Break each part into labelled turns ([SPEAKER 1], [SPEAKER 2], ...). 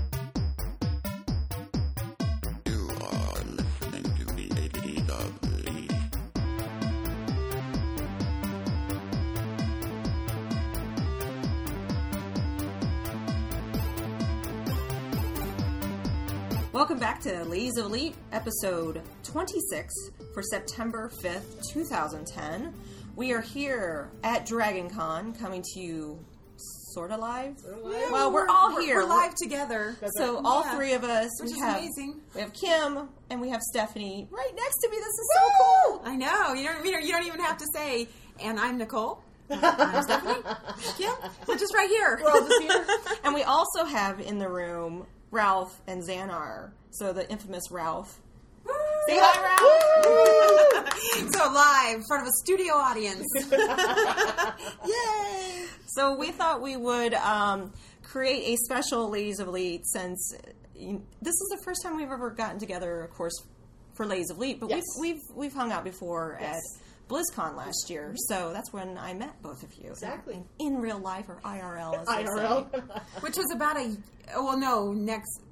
[SPEAKER 1] E,
[SPEAKER 2] Welcome back to Ladies of Elite, episode 26 for September 5th, 2010. We are here at Dragon Con coming to you sort of live. Well, we're all here.
[SPEAKER 3] We're live together.
[SPEAKER 2] So all
[SPEAKER 3] Yeah.
[SPEAKER 2] three of us,
[SPEAKER 3] Which
[SPEAKER 2] we
[SPEAKER 3] is
[SPEAKER 2] have
[SPEAKER 3] amazing.
[SPEAKER 2] we have Kim and we have Stephanie right next to me. This is so cool.
[SPEAKER 3] I know. You don't. You don't- you don't even have to say. And I'm Nicole. I'm Stephanie. Yeah, we're just right here. We're all just here.
[SPEAKER 2] And we also have in the room Ralph and Xanar. So the infamous Ralph. Say hi, Ralph.
[SPEAKER 3] so live in front of a studio audience. Yay!
[SPEAKER 2] So we thought we would um, create a special Ladies of Elite since uh, you- this is the first time we've ever gotten together, of course, for Ladies of Elite. But
[SPEAKER 4] Yes.
[SPEAKER 2] we've, we've we've hung out before at BlizzCon last year,
[SPEAKER 3] Mm-hmm.
[SPEAKER 2] so that's when I met both of you
[SPEAKER 4] Exactly.
[SPEAKER 2] in real life or IRL. As they say.
[SPEAKER 4] IRL.
[SPEAKER 3] Which was about a. oh, Well, no, next.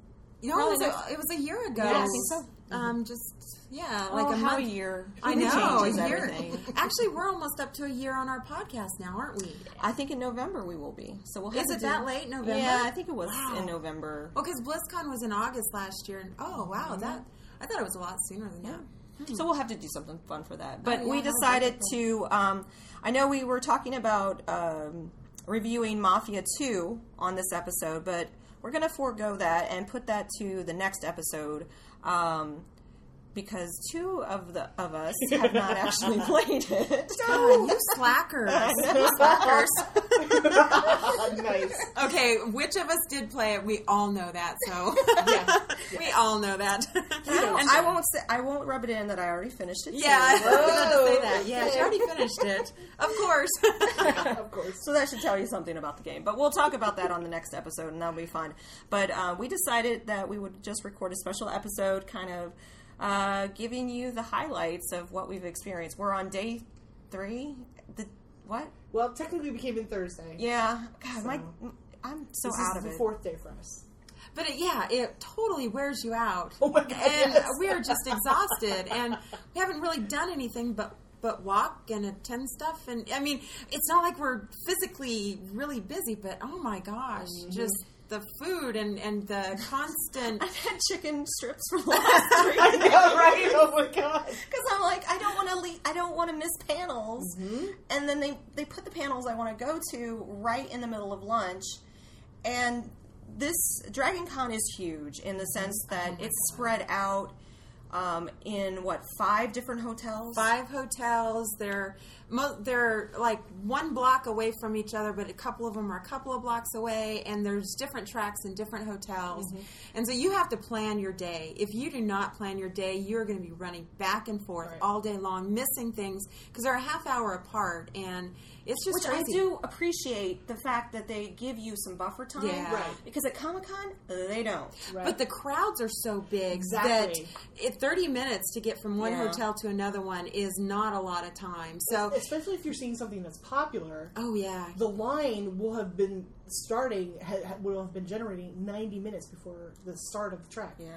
[SPEAKER 3] You know,
[SPEAKER 2] Probably
[SPEAKER 3] it was,
[SPEAKER 2] next-
[SPEAKER 3] a, it was a year ago.
[SPEAKER 2] Yeah, I think so.
[SPEAKER 3] Um, just yeah,
[SPEAKER 2] Like a
[SPEAKER 3] like a
[SPEAKER 2] how
[SPEAKER 3] month.
[SPEAKER 2] year.
[SPEAKER 3] Oh, I know.
[SPEAKER 2] Changes
[SPEAKER 3] a year.
[SPEAKER 2] everything.
[SPEAKER 3] Actually, we're almost up to a year on our podcast now, aren't we?
[SPEAKER 2] I think in November we will be. So we'll. Have
[SPEAKER 3] Is
[SPEAKER 2] to
[SPEAKER 3] it
[SPEAKER 2] do-
[SPEAKER 3] that late, November?
[SPEAKER 2] Yeah, I think it was
[SPEAKER 3] Wow.
[SPEAKER 2] in November.
[SPEAKER 3] Well, because BlizzCon was in August last year, and oh wow,
[SPEAKER 2] Mm-hmm.
[SPEAKER 3] that I thought it was a lot sooner than that.
[SPEAKER 2] So we'll have to do something fun for that. But
[SPEAKER 3] Hmm. Oh, yeah,
[SPEAKER 2] we
[SPEAKER 3] that would
[SPEAKER 2] decided to. Um, I know we were talking about um, reviewing Mafia 2 on this episode, but we're going to forego that and put that to the next episode. Um, because two of the of us have not actually played it.
[SPEAKER 3] God, you slackers! You slackers.
[SPEAKER 4] nice.
[SPEAKER 3] Okay, which of us did play it? We all know that, so we all know that.
[SPEAKER 2] and I won't say I won't rub it in that I already finished it. so-
[SPEAKER 3] yeah, Oh, I forgot to say
[SPEAKER 4] Whoa.
[SPEAKER 3] that. Yeah, she already finished it, of course.
[SPEAKER 4] of course.
[SPEAKER 2] So that should tell you something about the game. But we'll talk about that on the next episode, and that'll be fun. But uh, we decided that we would just record a special episode, kind of uh, giving you the highlights of what we've experienced. We're on day three. The what?
[SPEAKER 4] Well, technically, we came in Thursday.
[SPEAKER 2] Yeah. God, my, I'm so
[SPEAKER 4] this
[SPEAKER 2] out of
[SPEAKER 4] is the
[SPEAKER 2] it.
[SPEAKER 4] fourth day for us.
[SPEAKER 3] But it, yeah, it totally wears you out.
[SPEAKER 4] Oh my God,
[SPEAKER 3] And
[SPEAKER 4] yes.
[SPEAKER 3] we are just exhausted, and we haven't really done anything but but walk and attend stuff. And I mean, it's not like we're physically really busy, but oh my gosh, just the food and and the constant.
[SPEAKER 2] I've had chicken strips for the last three days
[SPEAKER 4] Yeah, right. Oh my god.
[SPEAKER 2] because I'm like, I don't want to leave. I don't want to miss panels.
[SPEAKER 3] Mm-hmm.
[SPEAKER 2] And then they they put the panels I want to go to right in the middle of lunch, and this Dragon Con is huge in the sense that it's spread out um, in what five different hotels.
[SPEAKER 3] Five hotels. They're mo- they're like one block away from each other, but a couple of them are a couple of blocks away. And there's different tracks and different hotels,
[SPEAKER 2] Mm-hmm.
[SPEAKER 3] and so you have to plan your day. If you do not plan your day, you're going to be running back and forth
[SPEAKER 4] Right.
[SPEAKER 3] all day long, missing things because they're a half hour apart, and it's just
[SPEAKER 2] Which I
[SPEAKER 3] crazy.
[SPEAKER 2] do appreciate the fact that they give you some buffer time,
[SPEAKER 3] Yeah. Right.
[SPEAKER 2] because at Comic Con they don't.
[SPEAKER 4] Right.
[SPEAKER 3] But the crowds are so big
[SPEAKER 4] Exactly.
[SPEAKER 3] that it, 30 minutes to get from one
[SPEAKER 2] Yeah.
[SPEAKER 3] hotel to another one is not a lot of time. So,
[SPEAKER 4] especially if you're seeing something that's popular,
[SPEAKER 3] oh yeah,
[SPEAKER 4] the line will have been starting ha, ha- will have been generating 90 minutes before the start of the track.
[SPEAKER 2] Yeah.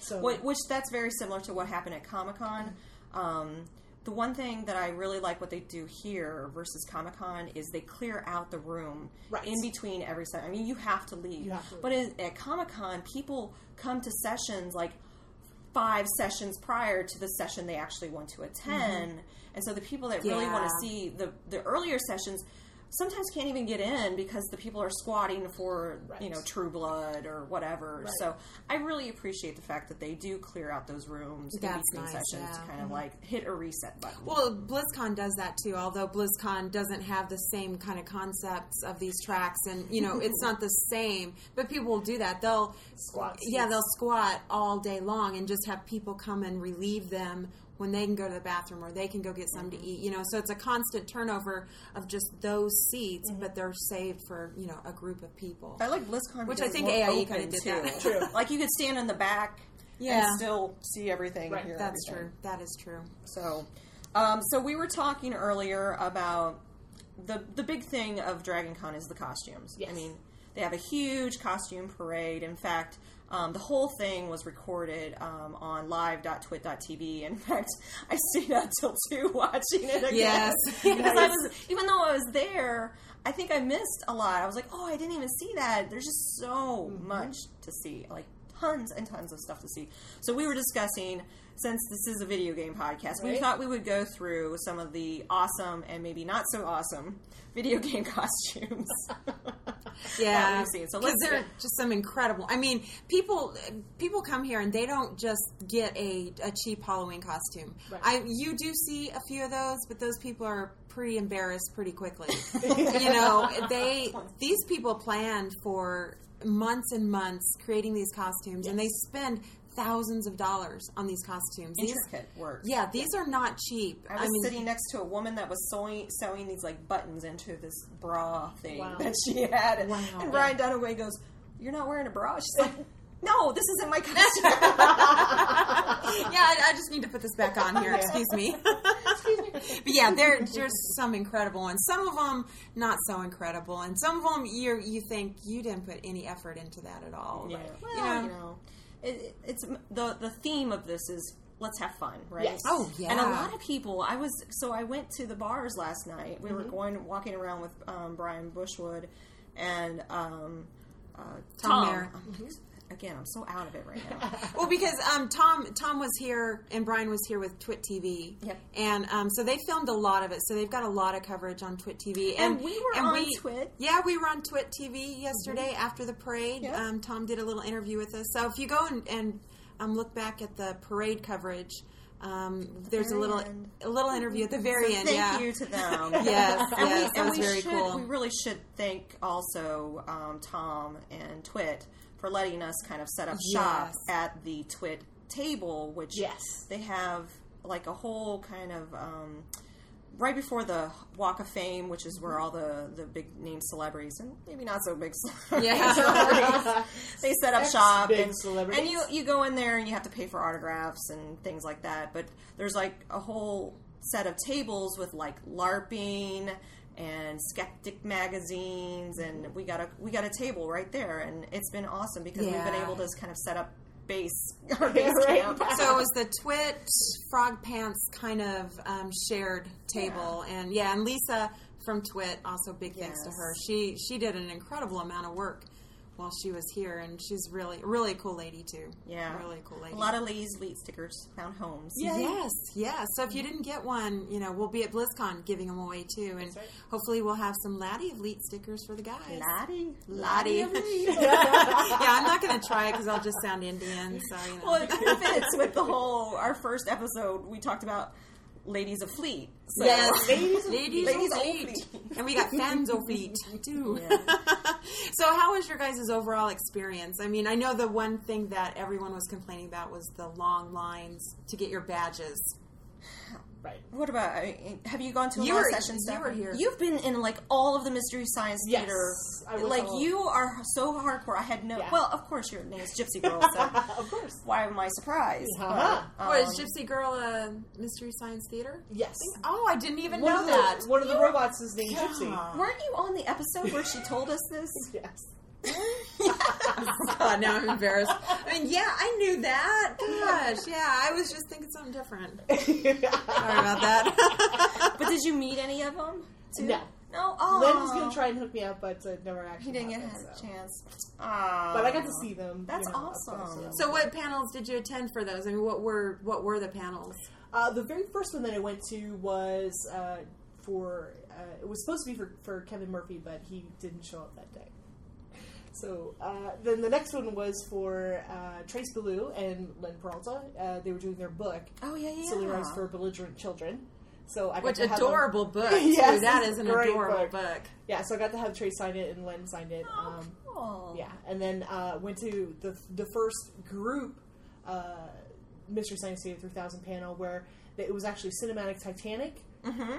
[SPEAKER 4] So
[SPEAKER 2] Wh- which that's very similar to what happened at Comic Con. Um, the one thing that I really like what they do here versus Comic Con is they clear out the room
[SPEAKER 4] Right.
[SPEAKER 2] in between every session. I mean, you have to leave.
[SPEAKER 4] You have to leave.
[SPEAKER 2] But in, at Comic Con, people come to sessions like five sessions prior to the session they actually want to attend. And so the people that really want to
[SPEAKER 3] Yeah.
[SPEAKER 2] see the, the earlier sessions sometimes can't even get in because the people are squatting for, you
[SPEAKER 4] Right.
[SPEAKER 2] know, True Blood or whatever. So I really appreciate the fact that they do clear out those rooms in
[SPEAKER 3] That's
[SPEAKER 2] between
[SPEAKER 3] nice,
[SPEAKER 2] sessions to
[SPEAKER 3] yeah.
[SPEAKER 2] kind of like hit a reset button.
[SPEAKER 3] Well, BlizzCon does that too, although BlizzCon doesn't have the same kind of concepts of these tracks, and you know it's not the same. But people will do that; they'll
[SPEAKER 4] Squat
[SPEAKER 3] Yeah, they'll squat all day long and just have people come and relieve them when they can go to the bathroom or they can go get something to eat. You know, so it's a constant turnover of just those seats, but they're saved for you know a group of people.
[SPEAKER 2] I like BlizzCon,
[SPEAKER 3] Which
[SPEAKER 2] because
[SPEAKER 3] I think
[SPEAKER 2] it's more
[SPEAKER 3] AIE
[SPEAKER 2] open,
[SPEAKER 3] kinda did
[SPEAKER 2] too.
[SPEAKER 3] that.
[SPEAKER 4] True.
[SPEAKER 2] like you could stand in the back
[SPEAKER 3] Yeah.
[SPEAKER 2] and still see everything.
[SPEAKER 4] Right,
[SPEAKER 2] and hear
[SPEAKER 3] That's
[SPEAKER 2] everything.
[SPEAKER 3] true. That is true.
[SPEAKER 2] So, um, so we were talking earlier about the the big thing of Dragon Con is the costumes. I
[SPEAKER 4] Yes.
[SPEAKER 2] mean, they have a huge costume parade. In fact, um, the whole thing was recorded um, on live.twit.tv. In fact, I stayed up till two watching it again.
[SPEAKER 3] Yes.
[SPEAKER 2] because I
[SPEAKER 3] Nice.
[SPEAKER 2] was even though I was there. I think I missed a lot. I was like, "Oh, I didn't even see that." There's just so much to see, like tons and tons of stuff to see. So we were discussing, since this is a video game podcast, we
[SPEAKER 4] Right.
[SPEAKER 2] thought we would go through some of the awesome and maybe not so awesome video game costumes.
[SPEAKER 3] Yeah,
[SPEAKER 2] that we've seen. So
[SPEAKER 3] 'Cause
[SPEAKER 2] let's
[SPEAKER 3] there are just some incredible. I mean, people people come here and they don't just get a, a cheap Halloween costume.
[SPEAKER 4] Right.
[SPEAKER 3] I you do see a few of those, but those people are pretty embarrassed pretty quickly. you know, they these people planned for months and months creating these costumes, and they spend thousands of dollars on these costumes. These-
[SPEAKER 2] intricate work.
[SPEAKER 3] yeah, these are not cheap.
[SPEAKER 2] I was
[SPEAKER 3] mean,
[SPEAKER 2] sitting next to a woman that was sewing, sewing these like buttons into this bra thing
[SPEAKER 4] Wow.
[SPEAKER 2] that she had, and,
[SPEAKER 3] Wow.
[SPEAKER 2] and Ryan Dunaway goes, "You're not wearing a bra." She's like, "No, this isn't my costume."
[SPEAKER 3] yeah, I, I just need to put this back on here. Excuse me. but yeah, there, there's some incredible ones. Some of them not so incredible, and some of them you you think you didn't put any effort into that at all.
[SPEAKER 2] Yeah.
[SPEAKER 3] Like,
[SPEAKER 2] Well,
[SPEAKER 3] you know,
[SPEAKER 2] you know, it, it- it's the the theme of this is let's have fun, right?
[SPEAKER 4] Yes.
[SPEAKER 3] Oh, yeah.
[SPEAKER 2] And a lot of people, I was so I went to the bars last night. We were going walking around with um, Brian Bushwood and um, uh, Tom.
[SPEAKER 3] Tom
[SPEAKER 2] Mm-hmm.
[SPEAKER 3] Mayer.
[SPEAKER 2] I'm like, Again, I'm so out of it right now.
[SPEAKER 3] Well, because um, Tom Tom was here and Brian was here with Twit TV.
[SPEAKER 2] Yep.
[SPEAKER 3] And um, so they filmed a lot of it. So they've got a lot of coverage on Twit TV. And,
[SPEAKER 2] And we were on Twit. Mm-hmm.
[SPEAKER 3] Yeah, we were on Twit TV yesterday after the parade.
[SPEAKER 2] Yep.
[SPEAKER 3] Um, Tom did a little interview with us. So if you go and, and um, look back at the parade coverage, um, there's a
[SPEAKER 2] very
[SPEAKER 3] little
[SPEAKER 2] end. Mm-hmm.
[SPEAKER 3] a little interview at the very end.
[SPEAKER 2] Thank
[SPEAKER 3] yeah.
[SPEAKER 2] you to them.
[SPEAKER 3] Yes,
[SPEAKER 2] and
[SPEAKER 3] yes,
[SPEAKER 2] we, and
[SPEAKER 3] that was
[SPEAKER 2] we
[SPEAKER 3] very
[SPEAKER 2] should,
[SPEAKER 3] cool.
[SPEAKER 2] we really should thank also um, Tom and Twit for letting us kind of set up shop
[SPEAKER 3] Yes.
[SPEAKER 2] at the Twit table, which
[SPEAKER 4] Yes.
[SPEAKER 2] they have like a whole kind of. Um, Right before the Walk of Fame, which is where all the, the big name celebrities and maybe not so big celebrities,
[SPEAKER 3] Yeah.
[SPEAKER 2] they set up
[SPEAKER 4] Ex-
[SPEAKER 2] shop
[SPEAKER 4] big
[SPEAKER 2] and,
[SPEAKER 4] celebrities.
[SPEAKER 2] and you you go in there and you have to pay for autographs and things like that but there's like a whole set of tables with like larping and skeptic magazines and we got a we got a table right there and it's been awesome because we've been
[SPEAKER 3] Yeah.
[SPEAKER 2] able to kind of set up base our base
[SPEAKER 4] right.
[SPEAKER 2] camp
[SPEAKER 3] so it was the twit frog pants kind of um, shared table and yeah and lisa from twit also big thanks to
[SPEAKER 2] Yes.
[SPEAKER 3] her she she did an incredible amount of work while she was here and she's really really a cool lady too
[SPEAKER 2] yeah
[SPEAKER 3] really cool lady
[SPEAKER 2] a lot of Lee's lead stickers found homes
[SPEAKER 3] Yes, yes. So if you didn't get one, you know we'll be at BlizzCon giving them away too, and
[SPEAKER 4] right.
[SPEAKER 3] hopefully we'll have some Laddie of Leet stickers for the guys.
[SPEAKER 2] Lottie
[SPEAKER 3] Laddie, yeah, I'm not going to try it because I'll just sound Indian. So you know.
[SPEAKER 2] Well, it kind of fits with the whole. Our first episode, we talked about ladies of fleet. So.
[SPEAKER 3] Yes,
[SPEAKER 4] Ladies of-
[SPEAKER 3] ladies,
[SPEAKER 2] ladies
[SPEAKER 3] of
[SPEAKER 2] of
[SPEAKER 3] feet.
[SPEAKER 2] feet.
[SPEAKER 3] and we got fans of feet too. so, how was your guys' overall experience? I mean, I know the one thing that everyone was complaining about was the long lines to get your badges.
[SPEAKER 4] Right.
[SPEAKER 2] What about? I mean, have you gone to a
[SPEAKER 3] You
[SPEAKER 2] lot
[SPEAKER 3] were-
[SPEAKER 2] of sessions?
[SPEAKER 3] you were here.
[SPEAKER 2] You've been in like all of the mystery science
[SPEAKER 4] Yes,
[SPEAKER 2] theater.
[SPEAKER 4] I was
[SPEAKER 2] like
[SPEAKER 4] all-
[SPEAKER 2] you are so hardcore. I had no.
[SPEAKER 4] Yeah.
[SPEAKER 2] Well, of course your name's Gypsy Girl. So
[SPEAKER 4] Of course.
[SPEAKER 2] why am I surprised?
[SPEAKER 4] Uh-huh.
[SPEAKER 2] But,
[SPEAKER 3] What is
[SPEAKER 2] um,
[SPEAKER 3] Gypsy Girl a mystery science theater?
[SPEAKER 4] Yes.
[SPEAKER 3] Oh, I didn't even know
[SPEAKER 4] of the,
[SPEAKER 3] that.
[SPEAKER 4] One of the robots is named Gypsy.
[SPEAKER 3] God.
[SPEAKER 2] Weren't you on the episode where she told us this?
[SPEAKER 4] Yes.
[SPEAKER 3] God, now I'm embarrassed. I mean, yeah, I knew that. Gosh, yeah, I was just thinking something different. Sorry about that.
[SPEAKER 2] But did you meet any of them? too?
[SPEAKER 4] No.
[SPEAKER 2] No. Oh.
[SPEAKER 4] Len was going to try and hook me up, but uh, never actually
[SPEAKER 2] He didn't get
[SPEAKER 4] happened,
[SPEAKER 2] a
[SPEAKER 4] so.
[SPEAKER 2] chance. Ah.
[SPEAKER 4] But I got to see them.
[SPEAKER 2] That's
[SPEAKER 4] you know, up
[SPEAKER 2] awesome.
[SPEAKER 4] close, that
[SPEAKER 3] So
[SPEAKER 4] was-
[SPEAKER 3] what panels did you attend for those? I mean, what were what were the panels?
[SPEAKER 4] Uh, the very first one that I went to was uh, for uh, it was supposed to be for, for Kevin Murphy, but he didn't show up that day. So uh, then the next one was for uh, Trace Ballou and Len Peralta. Uh, they were doing their book,
[SPEAKER 2] Oh yeah, yeah.
[SPEAKER 4] Silly Rhymes for Belligerent Children. So I got
[SPEAKER 3] Which
[SPEAKER 4] to have them-
[SPEAKER 3] adorable book! too.
[SPEAKER 4] Yes,
[SPEAKER 3] that
[SPEAKER 4] it's
[SPEAKER 3] is
[SPEAKER 4] a
[SPEAKER 3] an
[SPEAKER 4] great
[SPEAKER 3] adorable book.
[SPEAKER 4] book. Yeah, so I got to have Trace sign it and Len signed it.
[SPEAKER 2] Oh,
[SPEAKER 4] um,
[SPEAKER 2] cool.
[SPEAKER 4] yeah, and then uh, went to the the first group uh, Mystery Science Theater 3000 panel where it was actually cinematic Titanic.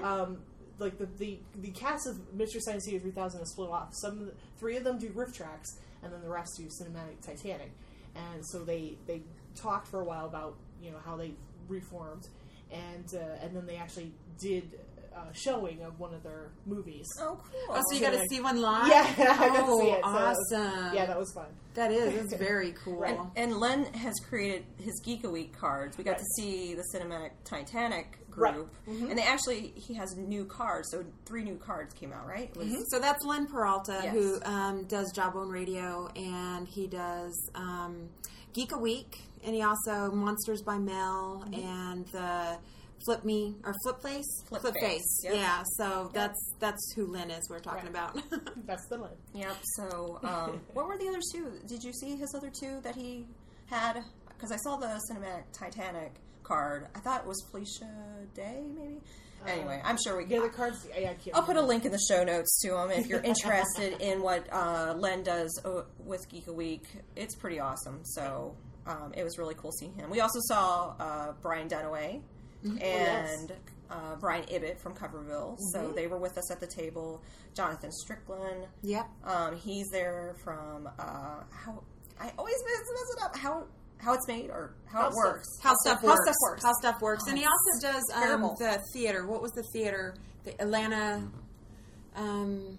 [SPEAKER 4] Um, like the, the the cast of Mystery Science Theater 3000 is split off. Some three of them do riff tracks, and then the rest do cinematic Titanic. And so they they talked for a while about you know how they reformed, and uh, and then they actually did. uh, uh, showing of one of their movies.
[SPEAKER 2] Oh, cool.
[SPEAKER 3] Oh, so you got to
[SPEAKER 4] Like-
[SPEAKER 3] see one live?
[SPEAKER 4] Yeah, I got to
[SPEAKER 3] Oh,
[SPEAKER 4] see it, so that was-
[SPEAKER 3] awesome.
[SPEAKER 4] Yeah, that was fun.
[SPEAKER 3] that is. It's very cool.
[SPEAKER 4] Right.
[SPEAKER 2] and Len has created his Geek a Week cards. We got
[SPEAKER 4] Right.
[SPEAKER 2] to see the cinematic Titanic
[SPEAKER 4] Right. Mm-hmm.
[SPEAKER 2] group, and they actually he has new cards. So three new cards came out, right? It was-
[SPEAKER 4] Mm-hmm.
[SPEAKER 3] So that's Len Peralta,
[SPEAKER 2] Yes.
[SPEAKER 3] who um, does Jawbone Radio, and he does um, Geek a Week, and he also Monsters by Mel,
[SPEAKER 4] Mm-hmm.
[SPEAKER 3] and the Flip Me or Flip Face,
[SPEAKER 2] Flip Face, yep.
[SPEAKER 3] Yeah, so that's that's who Len is. We're talking about.
[SPEAKER 4] That's the line.
[SPEAKER 2] Yep. So um, what were the other two? Did you see his other two that he had? Because I saw the cinematic Titanic card. I thought it was Felicia Day, maybe. Anyway, I'm sure we
[SPEAKER 4] The
[SPEAKER 2] can.
[SPEAKER 4] other cards, Uh, yeah, I can't.
[SPEAKER 2] I'll put a
[SPEAKER 4] remember.
[SPEAKER 2] link in the show notes to them if you're interested in what uh, Len does uh, with Geek a Week. It's pretty awesome. So um, it was really cool seeing him. We also saw uh, Brian Dunaway
[SPEAKER 3] Mm-hmm. Oh,
[SPEAKER 2] and
[SPEAKER 4] yes.
[SPEAKER 2] uh, Brian Ibbett from Coverville.
[SPEAKER 3] Mm-hmm.
[SPEAKER 2] So they were with us at the table. Jonathan Strickland.
[SPEAKER 3] Yep.
[SPEAKER 2] Um, he's there from uh, how I always mess, mess it up. How how it's made or how,
[SPEAKER 4] How
[SPEAKER 2] it
[SPEAKER 4] Stuff-
[SPEAKER 2] works.
[SPEAKER 3] How stuff
[SPEAKER 2] How
[SPEAKER 3] works.
[SPEAKER 2] stuff works.
[SPEAKER 3] How stuff works. and he also does um,
[SPEAKER 2] terrible.
[SPEAKER 3] the theater. What was the theater? The Atlanta. Um,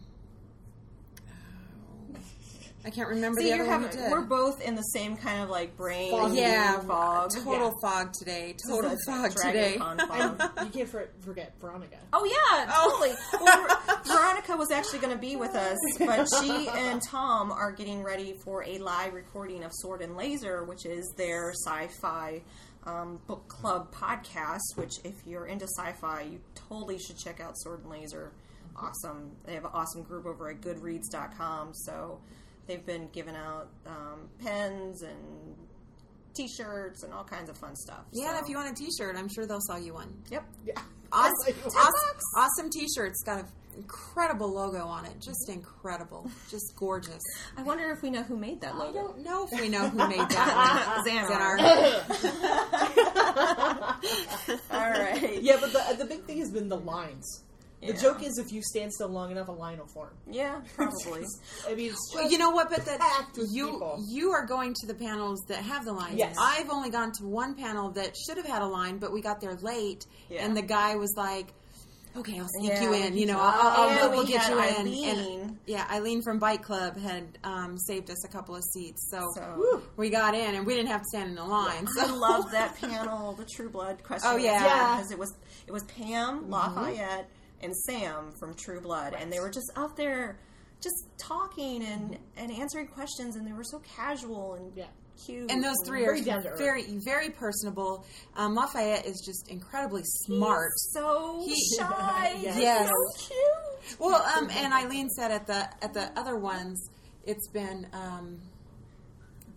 [SPEAKER 3] I can't remember
[SPEAKER 2] See,
[SPEAKER 3] the
[SPEAKER 2] you
[SPEAKER 3] other
[SPEAKER 2] have,
[SPEAKER 3] one. he did.
[SPEAKER 2] we're both in the same kind of like brain
[SPEAKER 4] Fog.
[SPEAKER 3] yeah,
[SPEAKER 2] fog.
[SPEAKER 3] Total fog today. Total
[SPEAKER 2] It's a
[SPEAKER 3] fog
[SPEAKER 2] Dragon
[SPEAKER 3] today.
[SPEAKER 2] Con fog.
[SPEAKER 4] You can't for- forget Veronica.
[SPEAKER 2] Oh yeah, totally. Well, Ver- Veronica was actually going to be with us, but she and Tom are getting ready for a live recording of Sword and Laser, which is their sci-fi um, book club podcast. Which, if you're into sci-fi, you totally should check out Sword and Laser. Awesome. They have an awesome group over at Goodreads.com. So they've been giving out um, pens and T-shirts and all kinds of fun stuff.
[SPEAKER 3] Yeah,
[SPEAKER 2] So-
[SPEAKER 3] and if you want a T-shirt, I'm sure they'll sell you one.
[SPEAKER 2] Yep.
[SPEAKER 4] Yeah.
[SPEAKER 3] Awesome,
[SPEAKER 4] Ten
[SPEAKER 3] awesome, awesome T-shirt. It's got an incredible logo on it. Just incredible. Just gorgeous.
[SPEAKER 2] I wonder if we know who made that
[SPEAKER 3] I
[SPEAKER 2] logo.
[SPEAKER 3] don't know if we know who made that. one.
[SPEAKER 2] Xanar. All right.
[SPEAKER 4] Yeah, but the, the big thing has been the lines.
[SPEAKER 2] Yeah.
[SPEAKER 4] The joke is if you stand still long enough, a line will form.
[SPEAKER 2] Yeah, probably.
[SPEAKER 4] I mean, it's
[SPEAKER 3] Well,
[SPEAKER 4] just,
[SPEAKER 3] you know what? But that
[SPEAKER 4] packed with
[SPEAKER 3] you
[SPEAKER 4] people.
[SPEAKER 3] you are going to the panels that have the lines.
[SPEAKER 4] Yes.
[SPEAKER 3] I've only gone to one panel that should have had a line, but we got there late,
[SPEAKER 2] Yeah.
[SPEAKER 3] and the guy was like, "Okay, I'll sneak
[SPEAKER 2] Yeah,
[SPEAKER 3] you
[SPEAKER 2] we'll
[SPEAKER 3] in.
[SPEAKER 2] get
[SPEAKER 3] You know,
[SPEAKER 2] you
[SPEAKER 3] I'll,
[SPEAKER 2] out."
[SPEAKER 3] I'll,
[SPEAKER 2] Yeah,
[SPEAKER 3] we'll,
[SPEAKER 2] we
[SPEAKER 3] we'll get
[SPEAKER 2] had
[SPEAKER 3] you in." And,
[SPEAKER 2] Eileen.
[SPEAKER 3] yeah, Eileen from Bike Club had um, saved us a couple of seats, so,
[SPEAKER 2] So-
[SPEAKER 4] woo.
[SPEAKER 3] we got in, and we didn't have to stand in a line.
[SPEAKER 2] I
[SPEAKER 3] So
[SPEAKER 2] love that panel, the True Blood question.
[SPEAKER 3] Oh, yeah. Mm-hmm.
[SPEAKER 4] Yeah.
[SPEAKER 2] because it was it was Pam Lafayette and Sam from True Blood, and they were just out there, just talking and and answering questions, and they were so casual and
[SPEAKER 4] Yeah.
[SPEAKER 2] cute.
[SPEAKER 3] And those three
[SPEAKER 4] Very down to
[SPEAKER 3] are
[SPEAKER 4] earth.
[SPEAKER 3] very, very personable. Um, Lafayette is just incredibly smart.
[SPEAKER 2] so
[SPEAKER 3] He-
[SPEAKER 2] shy.
[SPEAKER 4] Yes.
[SPEAKER 3] Yes.
[SPEAKER 2] so cute.
[SPEAKER 3] Well, um, and Eileen said at the at the other ones, it's been um,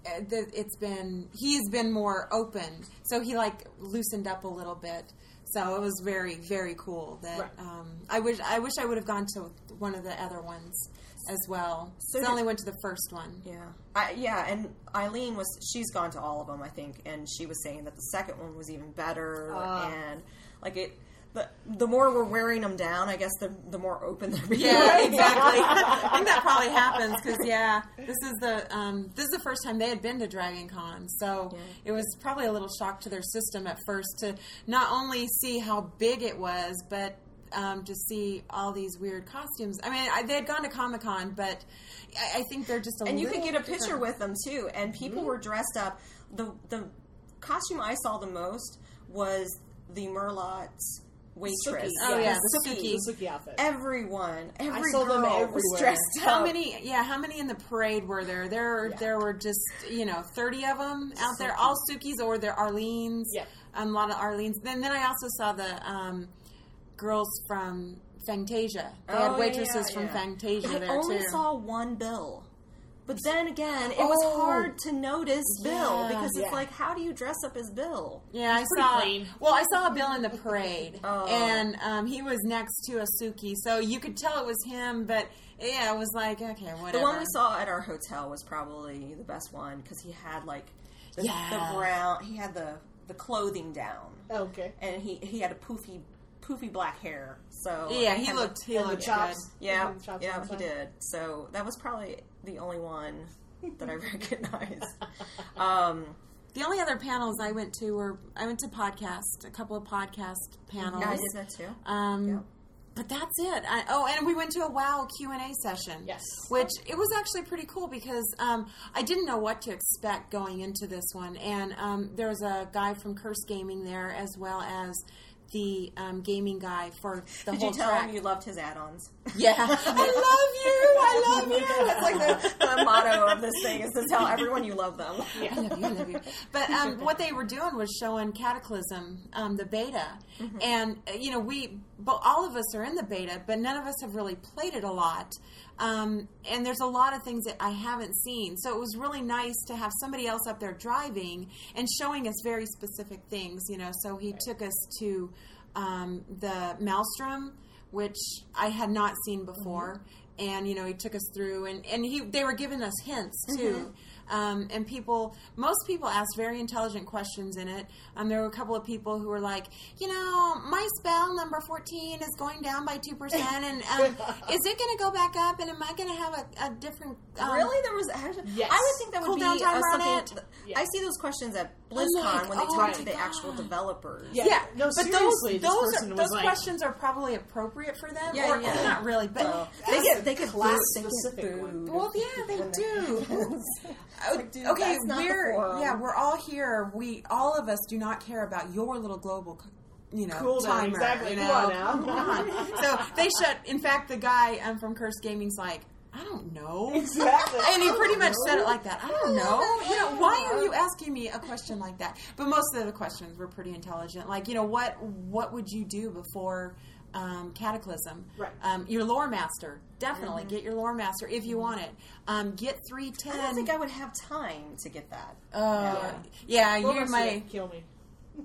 [SPEAKER 3] uh, the, it's been he has been more open, so he like loosened up a little bit. So it was very very cool. That
[SPEAKER 4] Right.
[SPEAKER 3] um, I wish I wish I would have gone to one of the other ones as well.
[SPEAKER 2] So
[SPEAKER 3] So I
[SPEAKER 2] did-
[SPEAKER 3] only went to the first one.
[SPEAKER 2] Yeah, I, yeah, and Eileen was she's gone to all of them, I think, and she was saying that the second one was even better, and like it, the the more we're wearing them down, I guess the the more open they're being.
[SPEAKER 3] Yeah, exactly. I think that probably happens because yeah, this is the um, this is the first time they had been to Dragon Con, so it was probably a little shock to their system at first to not only see how big it was, but um, to see all these weird costumes. I mean, I, they had gone to Comic Con, but I, I think they're just a
[SPEAKER 2] and you could
[SPEAKER 3] little
[SPEAKER 2] get a picture
[SPEAKER 3] different.
[SPEAKER 2] with them too. And people were dressed up. the The costume I saw the most was the Merlot's waitress.
[SPEAKER 3] Oh, yeah, the
[SPEAKER 2] Suki.
[SPEAKER 3] Suki.
[SPEAKER 4] the Suki outfit.
[SPEAKER 2] Everyone, every
[SPEAKER 4] saw
[SPEAKER 2] girl
[SPEAKER 4] them
[SPEAKER 2] was
[SPEAKER 4] everywhere.
[SPEAKER 2] dressed up.
[SPEAKER 3] How many? Yeah, how many in the parade were there? There, there were just you know thirty of them out there, all Suki's or their Arlene's.
[SPEAKER 4] Yeah.
[SPEAKER 3] um, a lot of Arlene's. Then, then I also saw the um, girls from Fantasia. They
[SPEAKER 2] Oh,
[SPEAKER 3] had
[SPEAKER 2] yeah,
[SPEAKER 3] waitresses
[SPEAKER 2] yeah,
[SPEAKER 3] from
[SPEAKER 2] yeah.
[SPEAKER 3] Fantasia
[SPEAKER 2] I
[SPEAKER 3] there
[SPEAKER 2] only
[SPEAKER 3] too.
[SPEAKER 2] saw one bill. But then again, it was
[SPEAKER 3] Oh.
[SPEAKER 2] hard to notice Bill
[SPEAKER 3] Yeah.
[SPEAKER 2] because it's
[SPEAKER 4] Yeah.
[SPEAKER 2] like, how do you dress up as Bill?
[SPEAKER 3] yeah, I
[SPEAKER 4] pretty
[SPEAKER 3] saw.
[SPEAKER 4] plain.
[SPEAKER 3] Well, I saw Bill in the parade,
[SPEAKER 2] Oh.
[SPEAKER 3] and um, he was next to a Suki, so you could tell it was him. But yeah, it was like okay, whatever.
[SPEAKER 2] The one we saw at our hotel was probably the best one because he had like the,
[SPEAKER 3] Yeah.
[SPEAKER 2] the brown, he had the the clothing down,
[SPEAKER 4] Oh, Okay.
[SPEAKER 2] and he he had a poofy poofy black hair. So
[SPEAKER 3] Yeah, he
[SPEAKER 2] kinda-
[SPEAKER 3] looked. He
[SPEAKER 4] And the
[SPEAKER 3] looked
[SPEAKER 4] chops.
[SPEAKER 3] good.
[SPEAKER 2] Yeah,
[SPEAKER 4] And the chops on
[SPEAKER 2] yeah,
[SPEAKER 4] the
[SPEAKER 2] he
[SPEAKER 4] side.
[SPEAKER 2] did. So that was probably the only one that I recognized. um,
[SPEAKER 3] The only other panels I went to were I went to podcast, a couple of podcast panels.
[SPEAKER 2] yeah, I did that too.
[SPEAKER 3] Um, but that's it. I, oh, and we went to a WoW Q and A session.
[SPEAKER 4] Yes.
[SPEAKER 3] which it was actually pretty cool because um, I didn't know what to expect going into this one, and um, there was a guy from Curse Gaming there as well as the um, gaming guy for the
[SPEAKER 2] Did
[SPEAKER 3] whole
[SPEAKER 2] you tell
[SPEAKER 3] track.
[SPEAKER 2] him you loved his add-ons?
[SPEAKER 3] yeah, I love you. I love you.
[SPEAKER 2] That's like the, the motto of this thing is to tell everyone you love them.
[SPEAKER 3] I love you, I love you. But um, what they were doing was showing Cataclysm, um, the beta, and uh, you know we, but all of us are in the beta, but none of us have really played it a lot. Um, and there's a lot of things that I haven't seen, so it was really nice to have somebody else up there driving and showing us very specific things. You know, so he took us to um, the Maelstrom, which I had not seen before. And you know he took us through, and, and he they were giving us hints too
[SPEAKER 4] Mm-hmm.
[SPEAKER 3] um, and people most people asked very intelligent questions in it um, there were a couple of people who were like you know my spell number 14 is going down by 2% and um, is it going to go back up and am i going to have a, a different um,
[SPEAKER 2] really, there was. Actually,
[SPEAKER 4] Yes.
[SPEAKER 2] I would think that would
[SPEAKER 3] Cool
[SPEAKER 2] be
[SPEAKER 3] down time
[SPEAKER 2] uh,
[SPEAKER 3] on
[SPEAKER 2] something.
[SPEAKER 3] it.
[SPEAKER 4] Yeah.
[SPEAKER 2] I see those questions at BlizzCon
[SPEAKER 3] like,
[SPEAKER 2] when they
[SPEAKER 3] oh
[SPEAKER 2] talk
[SPEAKER 3] my
[SPEAKER 2] to the
[SPEAKER 3] God.
[SPEAKER 2] actual developers.
[SPEAKER 4] Yeah.
[SPEAKER 3] yeah,
[SPEAKER 4] No,
[SPEAKER 3] but
[SPEAKER 4] seriously,
[SPEAKER 3] those
[SPEAKER 4] this
[SPEAKER 3] those,
[SPEAKER 4] person
[SPEAKER 3] are,
[SPEAKER 4] was
[SPEAKER 3] those
[SPEAKER 4] like-
[SPEAKER 3] questions are probably appropriate for them.
[SPEAKER 2] Yeah,
[SPEAKER 3] or
[SPEAKER 2] yeah.
[SPEAKER 3] not really, but
[SPEAKER 2] So,
[SPEAKER 3] they
[SPEAKER 2] they
[SPEAKER 3] get
[SPEAKER 2] get they get
[SPEAKER 4] class
[SPEAKER 2] booed- they get
[SPEAKER 4] specific
[SPEAKER 2] booed.
[SPEAKER 3] Well, yeah, they do. Oh,
[SPEAKER 2] dude,
[SPEAKER 3] okay,
[SPEAKER 2] that's not the
[SPEAKER 3] we're
[SPEAKER 2] forum.
[SPEAKER 3] yeah, we're all here. We all of us do not care about your little global, c- you know,
[SPEAKER 4] Cool down,
[SPEAKER 3] timer.
[SPEAKER 4] exactly.
[SPEAKER 3] You
[SPEAKER 4] Come
[SPEAKER 3] know?
[SPEAKER 4] on now.
[SPEAKER 3] Come on. so they shut. In fact, the guy um, from Curse Gaming's like, I don't know.
[SPEAKER 4] Exactly.
[SPEAKER 3] And he pretty much said it like that. I don't know. You know, why are you asking me a question like that? But most of the questions were pretty intelligent. Like, you know, what what would you do before um, Cataclysm?
[SPEAKER 4] Right.
[SPEAKER 3] Um, your lore master. Definitely get your lore master if you want it. Um, get three ten.
[SPEAKER 2] Mm-hmm. I don't think I would have time to get that.
[SPEAKER 3] Uh, yeah,
[SPEAKER 4] Well,
[SPEAKER 3] you
[SPEAKER 4] that's
[SPEAKER 3] may
[SPEAKER 4] it. kill me.